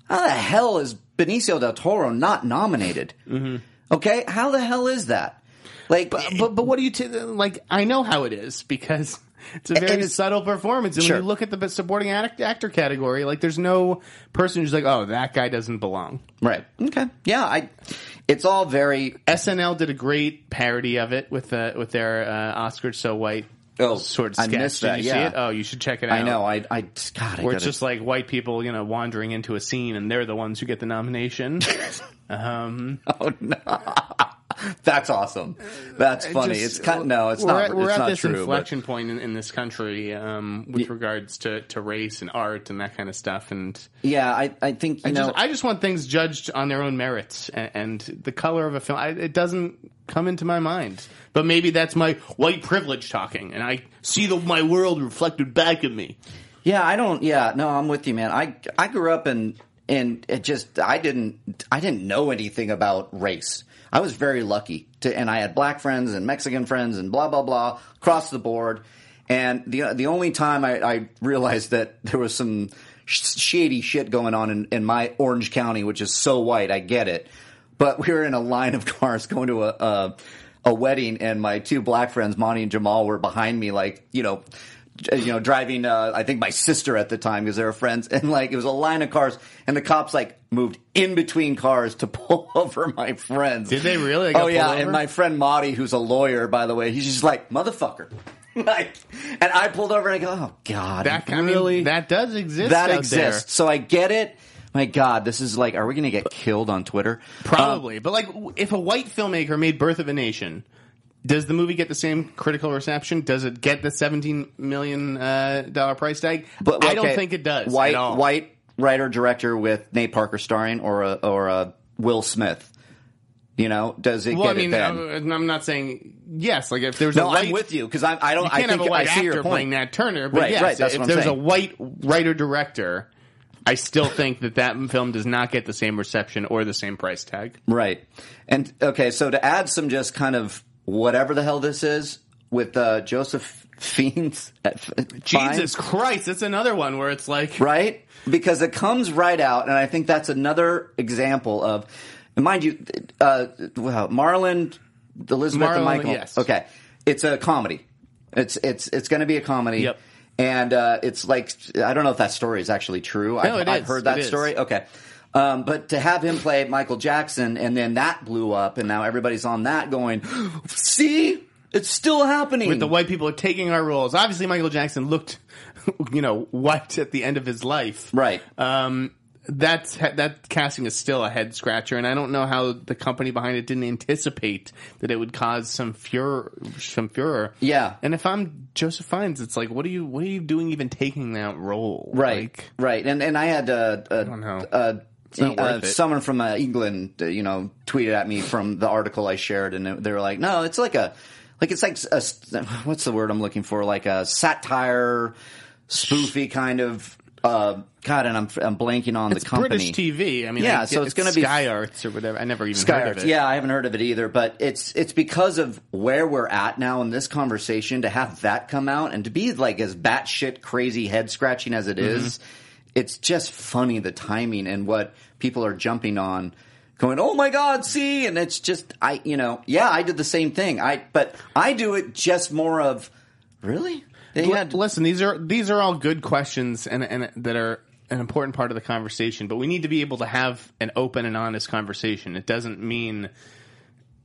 how the hell is Benicio del Toro not nominated? Mm-hmm. Okay, how the hell is that? Like,
Uh, But but what do you t- like? I know how it is because it's a very
it's-
subtle performance. And
Sure.
when you look at the supporting act- actor category, like there's no person who's like, oh, that guy doesn't belong.
right? Okay, yeah, I. It's all very
SNL did a great parody of it with uh, with their uh, Oscar so white
Oh,
sort of
I
sketch.
missed
Did
that,
you see
yeah.
it? Oh, you should check it out.
I know. I. I. God. I
Where
gotta,
it's just like white people, you know, wandering into a scene and they're the ones who get the nomination.
oh no. That's awesome. That's funny.
Uh, just-
it's kind no, it's
we're
not.
At, we're
it's
at
not
this
true. but-
inflection point in, in this country um, with regards to, to race and art and that kind of stuff. And
yeah, I, I think you
I
know.
just, I just want things judged on their own merits and, and the color of a film. I, it doesn't come into my mind, but maybe that's my white privilege talking, and I see the, my world reflected back at me.
Yeah, I don't. Yeah, no, I'm with you, man. I I grew up in and it just I didn't I didn't know anything about race. I was very lucky to, and I had black friends and Mexican friends and blah blah blah across the board. And the the only time I, I realized that there was some sh- shady shit going on in, in my Orange County, which is so white, I get it. But we were in a line of cars going to a. a a wedding and my two black friends, Monty and Jamal, were behind me, like, you know, j- you know, driving, uh, I think my sister at the time because they were friends. And like, it was a line of cars and the cops like moved in between cars to pull over my friends.
Did they really? They got
oh yeah.
pulled
And
over?
my friend Monty, who's a lawyer, by the way, he's just like, motherfucker. like, and I pulled over and I go, oh God.
That I mean,
really?
that does exist.
that
out
exists. So I get it. My God, this is like, are we going to get killed on Twitter?
there. probably. but like, w- if a white filmmaker made Birth of a Nation. Does the movie get the same critical reception? Does it get the seventeen million uh, dollar price tag?
But
I don't
okay,
think it does.
White
at all.
white writer director with Nate Parker starring or a, or a Will Smith. You know, does it
Well, I
get
mean, uh,
it then?
I'm I'm not saying yes. Like if there's a
no,
white,
I'm with you because I, I don't.
You
I
can't
think
have a white
I see
actor
your
playing
point.
Nat Turner, but
Right,
yes,
right, that's
if
what I'm
there's
saying.
a white writer director, I still think that that film does not get the same reception or the same price tag.
Right. And okay, so to add some just kind of whatever the hell this is with uh, Joseph Fiends.
Jesus Christ, that's another one where it's like
right? Because it comes right out, and I think that's another example of, and mind you, uh, well, Marlon, Elizabeth,
Marlon,
and Michael.
yes.
Okay, it's a comedy. It's it's it's going to be a comedy.
Yep.
And uh, it's like I don't know if that story is actually true. No, I've,
it
I've
is.
heard that
It is.
story. Okay. Um, but to have him play Michael Jackson and then that blew up and now everybody's on that going, see, it's still happening.
the white people are taking our roles. Obviously, Michael Jackson looked, you know, white at the end of his life.
Right.
Um, that's that casting is still a head scratcher, and I don't know how the company behind it didn't anticipate that it would cause some furor. Some furor.
Yeah.
And if I'm Joseph Fiennes, it's like, what are you? What are you doing? Even taking that role?
right,
Like,
right. And and I had uh, uh,
know.
uh,
not
uh,
worth it.
someone from uh, England, uh, you know, tweeted at me from the article I shared, and they were like, "No, it's like a, like it's like a, what's the word I'm looking for? Like a satire, spoofy kind of." Uh, God, and I'm I'm blanking on
it's
the company.
British TV. I mean,
Yeah,
I
so
get-
it's gonna be-
Sky Arts or whatever. I never even
Sky
heard
Arts.
of it.
Yeah, I haven't heard of it either, but it's it's because of where we're at now in this conversation to have that come out and to be like as batshit crazy head scratching as it
Mm-hmm.
is, it's just funny the timing and what people are jumping on, going, "Oh my god, see!" And it's just I, you know, yeah, I did the same thing. I but I do it just more of really. They
L-
had-
listen, these are these are all good questions and and that are an important part of the conversation, but we need to be able to have an open and honest conversation. It doesn't mean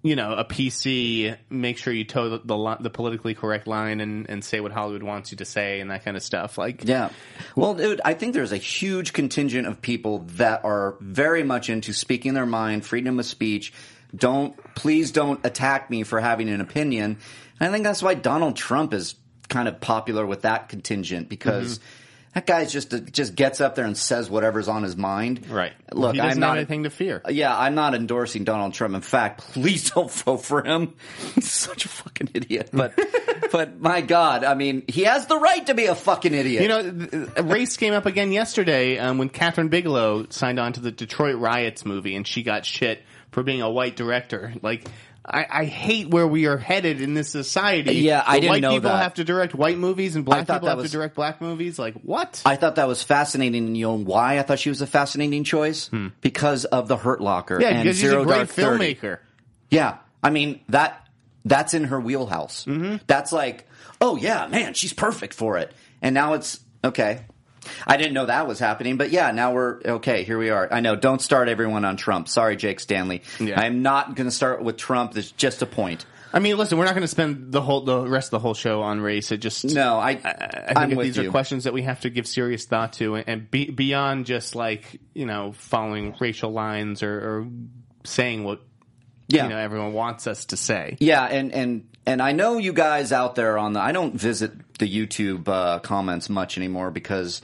you know, a PC, make sure you toe the the, li- the politically correct line and, and say what Hollywood wants you to say and that kind of stuff. Like,
Yeah. Well, dude, I think there's a huge contingent of people that are very much into speaking their mind, freedom of speech. Don't please don't attack me for having an opinion. And I think that's why Donald Trump is kind of popular with that contingent because
Mm-hmm.
that guy's just just gets up there and says whatever's on his mind.
right?
Look,
he doesn't
I'm not
have anything to fear.
yeah, I'm not endorsing Donald Trump. In fact, please don't vote for him. He's such a fucking idiot. But but my God, I mean, he has the right to be a fucking idiot.
You know, th- th- race came up again yesterday um, when Catherine Bigelow signed on to the Detroit Riots movie, and she got shit for being a white director. Like, I, I hate where we are headed in this society.
Yeah, I
The
didn't
white
know
people
that.
have to direct white movies, and black
thought
people
that
have
was-
to direct black movies. Like, what?
I thought that was fascinating, and you know why I thought she was a fascinating choice because of the Hurt Locker.
Hmm. yeah,
and
because she's
Zero
a great
Dark Thirty.
filmmaker.
Yeah, I mean that that's in her wheelhouse.
Mm-hmm.
That's like, oh yeah, man, she's perfect for it. And now it's okay. I didn't know that was happening, but yeah, now we're okay. Here we are. I know. Don't start everyone on Trump. Sorry, Jake Stanley.
Yeah.
I'm not going to start with Trump. There's just a point.
I mean, listen, we're not going to spend the whole the rest of the whole show on race. It just
No, I,
I
am
think if
with
these
you.
are questions that we have to give serious thought to, and, and be, beyond just like you know following racial lines or, or saying what
Yeah.
you know everyone wants us to say.
Yeah, and and and I know you guys out there on the. I don't visit the YouTube uh, comments much anymore because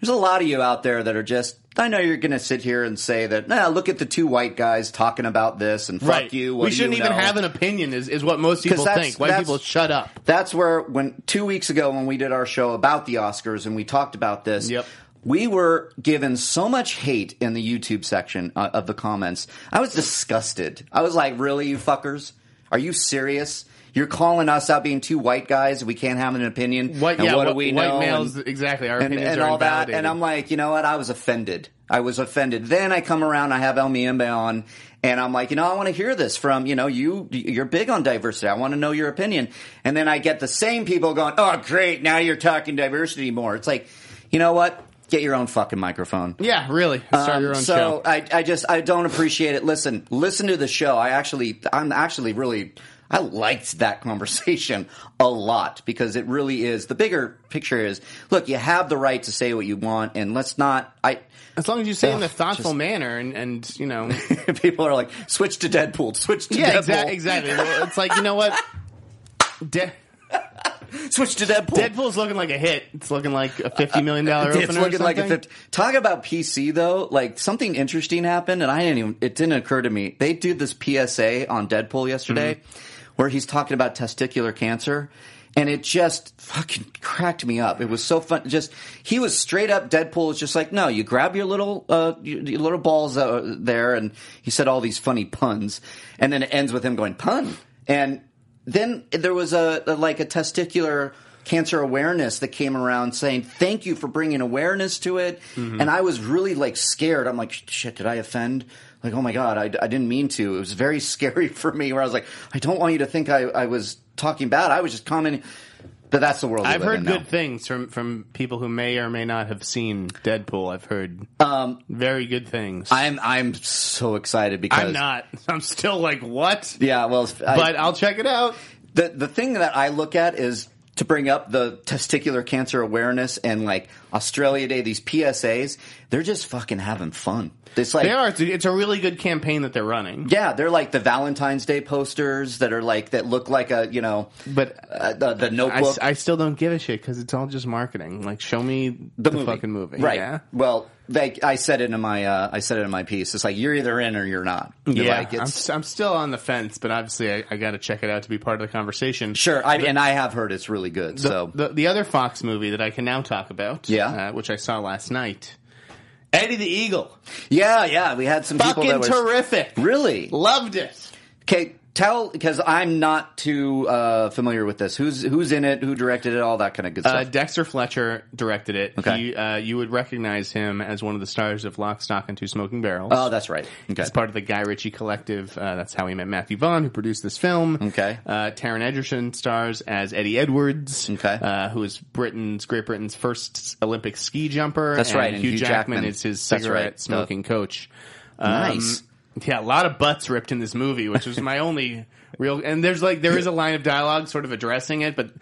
there's a lot of you out there that are just. I know you're going to sit here and say that. Nah, look at the two white guys talking about this and fuck you. What
we
do
shouldn't
you
even
know?
have an opinion. Is, is what most people
that's-
think. White
that's-
people shut up.
That's where when two weeks ago when we did our show about the Oscars and we talked about this.
Yep.
We were given so much hate in the YouTube section uh, of the comments. I was disgusted. I was like, "Really, you fuckers? Are you serious? You're calling us out being two white guys? We can't have an opinion.
What?
and
yeah.
what,
What,
do we
white
know?
males?
And-
exactly. Our
and,
opinions
and
are
all that.
invalidated.
And I'm like, you know what? I was offended. I was offended. Then I come around, I have El Miembe on, and I'm like, you know, I want to hear this from, you know, you, you're big on diversity. I want to know your opinion. And then I get the same people going, oh, great, now you're talking diversity more. It's like, you know what? Get your own fucking microphone.
yeah, really. Start
Um,
your own
so
show.
I, I just I don't appreciate it. Listen, listen to the show. I actually I'm actually really I liked that conversation a lot because it really is the bigger picture is look, you have the right to say what you want and let's not I
As long as you say it in a
Ugh,
thoughtful manner, and and you know,
people are like switch to Deadpool, switch to
yeah,
Deadpool.
exa- exactly. Well, it's like you know what. De-
Switch to Deadpool.
Deadpool's looking like a hit. It's looking like a fifty million dollar opener.
Uh, It's
or
looking like a
something.
50. Talk about PC though, like something interesting happened, and I didn't even. It didn't occur to me. They did this PSA on Deadpool yesterday,
Mm-hmm.
where he's talking about testicular cancer, and it just fucking cracked me up. It was so fun. Just he was straight up Deadpool. It's just like, no, you grab your little uh, your, your little balls uh, there, and he said all these funny puns, and then it ends with him going pun and then there was a, a- like a testicular cancer awareness that came around saying thank you for bringing awareness to it
Mm-hmm.
and i was really like scared i'm like shit did i offend like oh my god I, I didn't mean to it was very scary for me where i was like i don't want you to think i, I was talking bad i was just commenting but that's the world we
I've
live
heard
in
good
now.
things from from people who may or may not have seen Deadpool. I've heard
Um,
very good things.
i'm i'm so excited because
I'm not. I'm still like what?
yeah well I-
But I'll check it out.
the the thing that I look at is to bring up the testicular cancer awareness and like Australia Day, these PSAs, they're just fucking having fun. It's like
They are. It's a- It's a really good campaign that they're running.
yeah, they're like the Valentine's Day posters that are like that look like a you know,
But
uh, the, the
I,
Notebook,
s- I still don't give a shit because it's all just marketing. Like, show me the, fucking movie.
right?
Yeah.
Well, they, I said it in my uh, I said it in my piece. It's like you're either in or you're not. You're
yeah,
like,
I'm,
it's,
s- I'm still on the fence, but obviously I, I got to check it out to be part of the conversation.
sure. I, and I have heard it's really good.
The,
so
the, the other Fox movie that I can now talk about,
Yeah.
uh, which I saw last night, Eddie the Eagle,
yeah, yeah, we had some people
fucking
that was
terrific,
really
loved it.
Okay, tell because I'm not too uh, familiar with this. Who's who's in it? Who directed it? All that kind of good
Uh,
stuff.
Dexter Fletcher directed it.
Okay.
He, uh, you would recognize him as one of the stars of Lock, Stock, and Two Smoking Barrels.
oh, that's right. Okay,
It's part of the Guy Ritchie collective. Uh, that's how he met Matthew Vaughn, who produced this film.
Okay.
Uh, Taron Egerton stars as Eddie Edwards,
Okay.
uh, who is Britain's Great Britain's first Olympic ski jumper.
That's
and
right, and
Hugh,
Hugh
Jackman,
Jackman.
is his
That's right.
cigarette smoking coach. Um,
Nice.
Yeah, a lot of butts ripped in this movie, which was my only real. And there's like there is a line of dialogue sort of addressing it, but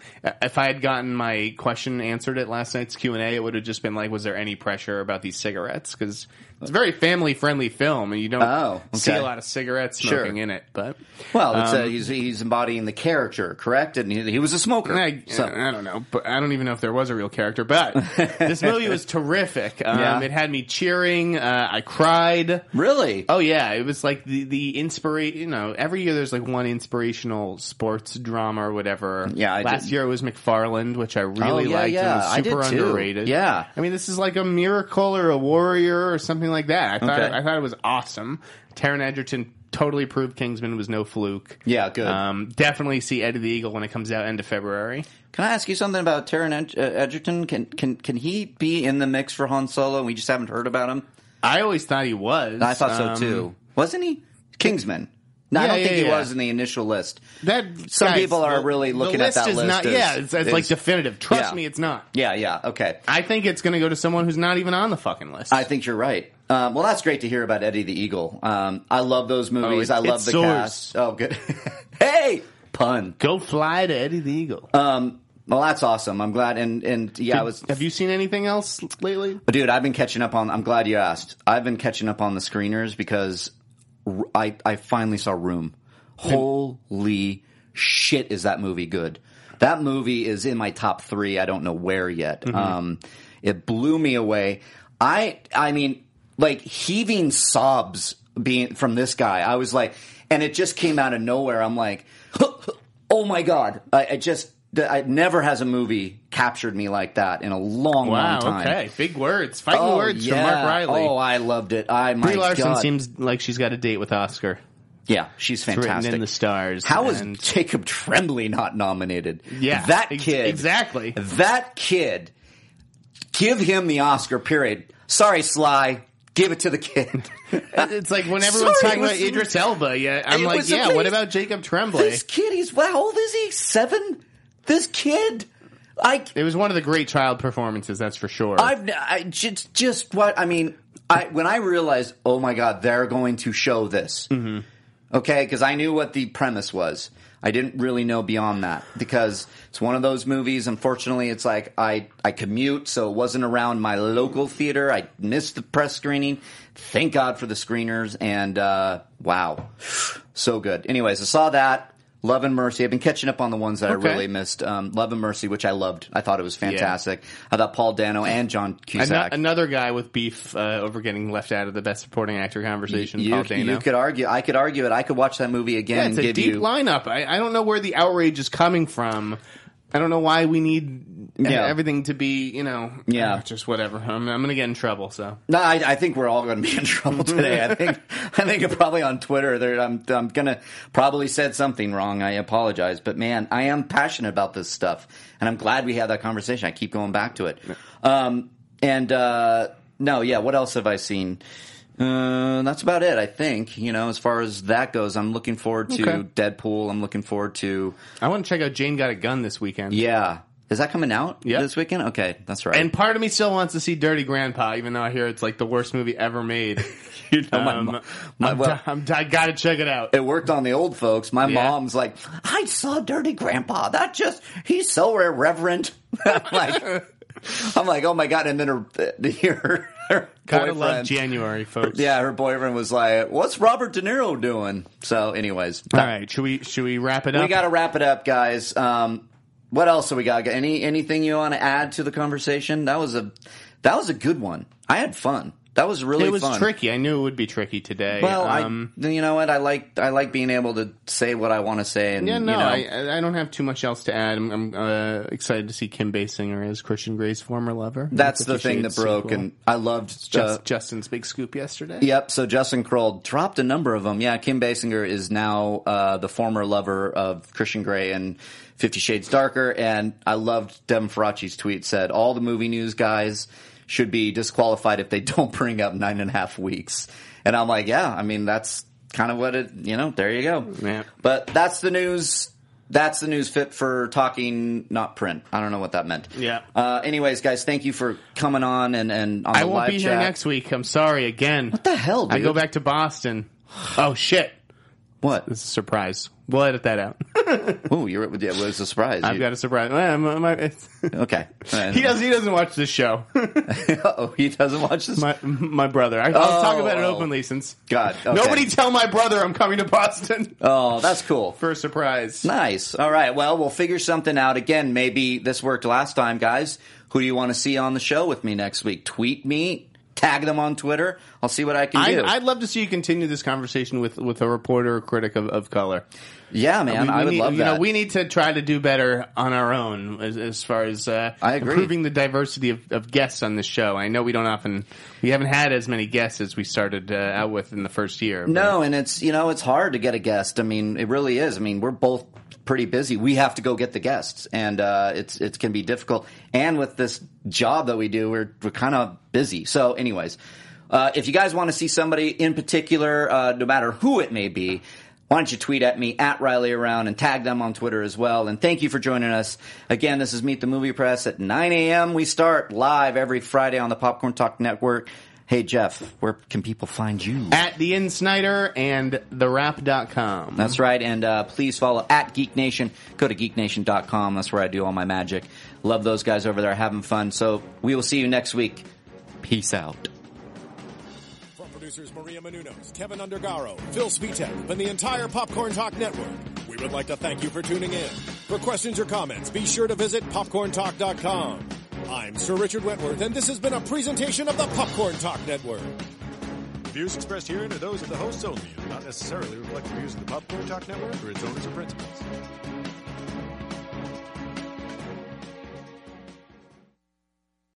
if I had gotten my question answered at last night's Q and A, it would have just been like, was there any pressure about these cigarettes? Because it's a very family friendly film, and you don't
Oh, okay.
see a lot of cigarette smoking in it. But
well, it's,
um,
uh, he's he's embodying the character, correct? And he, he was a smoker.
I,
so
I don't know. But I don't even know if there was a real character. But this movie was terrific. Um,
Yeah.
It had me cheering. Uh, I cried.
really,
Oh yeah, it was like the the inspira You know, every year there's like one inspirational sports drama or whatever.
Yeah, I
last
did-
year it was McFarland, which I really
Oh, yeah,
liked.
yeah,
and was
I did
super
too.
underrated.
Yeah.
I mean this is like a miracle or a warrior or something like that. I thought
Okay.
I thought it was awesome. Taron Egerton totally proved Kingsman was no fluke.
Yeah, good.
Um, definitely see Eddie the Eagle when it comes out end of February.
can I ask you something about Taron Ed- uh, Edgerton? Can can can he be in the mix for Han Solo? and We just haven't heard about him.
I always thought he was.
I thought
Um,
so too. Wasn't he Kingsman? No, I
Yeah,
don't think
yeah,
he
yeah.
was in the initial list.
That
Some
guys,
people are
the-
really
the
looking at that
is
list
Not,
as-
yeah, it's, it's like
as-
definitive. Trust
Yeah.
me, it's not.
Yeah, yeah, okay.
I think it's going to go to someone who's not even on the fucking list.
I think you're right. Um, well, that's great to hear about Eddie the Eagle. Um, I love those movies.
Oh,
I
it-
love
it
the
soars.
cast. Oh, good. hey, pun.
go fly to Eddie the Eagle.
Um, well, that's awesome. I'm glad. And and yeah, I was.
Have you seen anything else lately?
But dude, I've been catching up on. I'm glad you asked. I've been catching up on the screeners because r- I I finally saw Room. Holy shit, is that movie good? That movie is in my top three. I don't know where yet.
Mm-hmm.
Um, it blew me away. I I mean, like heaving sobs being from this guy. I was like, and it just came out of nowhere. I'm like, oh my god! I, I just I, it never has a movie captured me like that in a long,
Wow.
long time.
Okay. Big words. Fighting
Oh,
words
yeah.
from Mark Riley.
Oh, I loved it. I my
Brie Larson
God.
seems like she's got a date with Oscar.
yeah, she's
It's written
fantastic.
in the stars.
How is
and-
Jacob Tremblay not nominated?
Yeah,
that
ex-
kid
exactly.
That kid. Give him the Oscar. Period. Sorry, Sly. Give it to the kid.
It's like when everyone's
Sorry,
talking
it
about
was-
Idris Elba. Yeah, I'm
It
like,
was a
yeah.
thing-
What about Jacob Tremblay?
this kid. He's how old is he? Seven. This kid. I.
It was one of the great child performances, that's for sure.
I've n- I just just what I mean. I when I realized, oh my god, they're going to show this. Mm-hmm. Okay, because I knew what the premise was. I didn't really know beyond that because it's one of those movies. Unfortunately, it's like I I commute, so it wasn't around my local theater. I missed the press screening. Thank God for the screeners. And uh, wow, so good. Anyways, I saw that. Love and Mercy. I've been catching up on the ones that
Okay.
I really missed. Um, Love and Mercy, which I loved. I thought it was fantastic. I thought Paul Dano and John
Ano-
Cusack.
another guy with beef uh, over getting left out of the best supporting actor conversation,
you,
Paul Dano.
you could argue. I could argue it. I could watch that movie again.
yeah,
and
it's a
give
deep
you,
lineup. I, I don't know where the outrage is coming from. I don't know why we need uh,
Yeah.
everything to be, you know,
Yeah.
uh, just whatever. I'm, I'm going to get in trouble, so.
No, I, I think we're all going to be in trouble today.
Mm-hmm.
I think I think probably on Twitter, there, I'm I'm going to probably said something wrong. I apologize, but man, I am passionate about this stuff, and I'm glad we had that conversation. I keep going back to it. Um, and uh, no, yeah, what else have I seen? Uh, that's about it, I think. You know, as far as that goes, I'm looking forward to
Okay.
Deadpool. I'm looking forward to
I want to check out Jane Got a Gun this weekend.
yeah. Is that coming out
Yeah.
this weekend? Okay, that's right.
And part of me still wants to see Dirty Grandpa, even though I hear it's like the worst movie ever made.
You know, Oh, my
Um,
mo- my-
I'm,
well-
di- I'm di- I got to check it out.
it worked on the old folks. My
Yeah.
mom's like, I saw Dirty Grandpa. That just, he's so irreverent. I'm like, I'm like, oh my God. And then her, her, her
Gotta
boyfriend,
love January, folks.
yeah, her boyfriend was like, what's Robert De Niro doing? So anyways,
All right, should we should we wrap it up?
we got to wrap it up guys. Um, what else do we got? Any, anything you want to add to the conversation? That was a, that was a good one. I had fun. That was really
it was
fun.
tricky. I knew it would be tricky today.
Well,
um,
I, you know what? I like, I like being able to say what I want to say and,
yeah, no,
you know,
I, I don't have too much else to add. I'm, I'm uh, excited to see Kim Basinger as Christian Gray's former lover.
That's
Fifty
the thing that
Shades
broke,
sequel.
and I loved.
Just,
uh,
Justin's big scoop yesterday.
yep. So Justin Kroll dropped a number of them. Yeah, Kim Basinger is now uh, the former lover of Christian Grey and Fifty Shades Darker, and I loved Devin Faraci's tweet said all the movie news guys should be disqualified if they don't bring up nine and a half weeks, and I'm like, yeah, I mean that's kind of what it. You know, there you go.
Yeah.
But that's the news. That's the news fit for talking, not print. I don't know what that meant.
Yeah.
Uh, anyways, guys, thank you for coming on and and on
I
the
won't
live
be
chat.
here next week. I'm sorry again. What
the hell,
I
dude?
go back to Boston. Oh shit!
What?
It's a surprise. We'll edit that out.
Oh, you're yeah, it was a surprise.
I've
You-
got a surprise. Well, I'm- I'm- I'm-
okay.
he does. He doesn't watch this show.
Oh, he doesn't watch this.
My my brother. I, I'll
Oh,
talk about it
oh.
openly since
God, okay.
nobody tell my brother I'm coming to Boston
oh, that's cool.
for a surprise.
Nice. All right. Well, we'll figure something out again. Maybe this worked last time, guys. Who do you want to see on the show with me next week? Tweet me, tag them on Twitter. I'll see what I can
I'd,
do.
I'd love to see you continue this conversation with, with a reporter or critic of, of color.
yeah, man,
We- we
I would
need,
love
you
that.
Know, we need to try to do better on our own as, as far as uh,
I agree.
improving the diversity of, of guests on this show. I know we don't often we haven't had as many guests as we started uh, out with in the first year.
No, and it's you know it's hard to get a guest. I mean, it really is. I mean, we're both pretty busy. We have to go get the guests, and uh, it's it can be difficult. And with this job that we do, we're we're kind of busy. So, anyways, uh, if you guys want to see somebody in particular, uh, no matter who it may be. Why don't you tweet at me at Riley Around and tag them on Twitter as well? And thank you for joining us. Again, this is Meet the Movie Press at 9 a.m. We start live every Friday on the Popcorn Talk Network. Hey, Jeff, where can people find you?
At the In Snyder and therap.com.
That's right. And uh, please follow at Geek Nation. Go to geeknation.com. That's where I do all my magic. Love those guys over there having fun. So we will see you next week. Peace out.
From the producers Maria Menunos, Kevin Undergaro, Phil Spitek, and the entire Popcorn Talk Network. We would like to thank you for tuning in. For questions or comments, be sure to visit popcorntalk.com. I'm Sir Richard Wentworth, and this has been a presentation of the Popcorn Talk Network.
The views expressed herein are those of the hosts only and do not necessarily reflect the views of the Popcorn Talk Network or its owners or principals.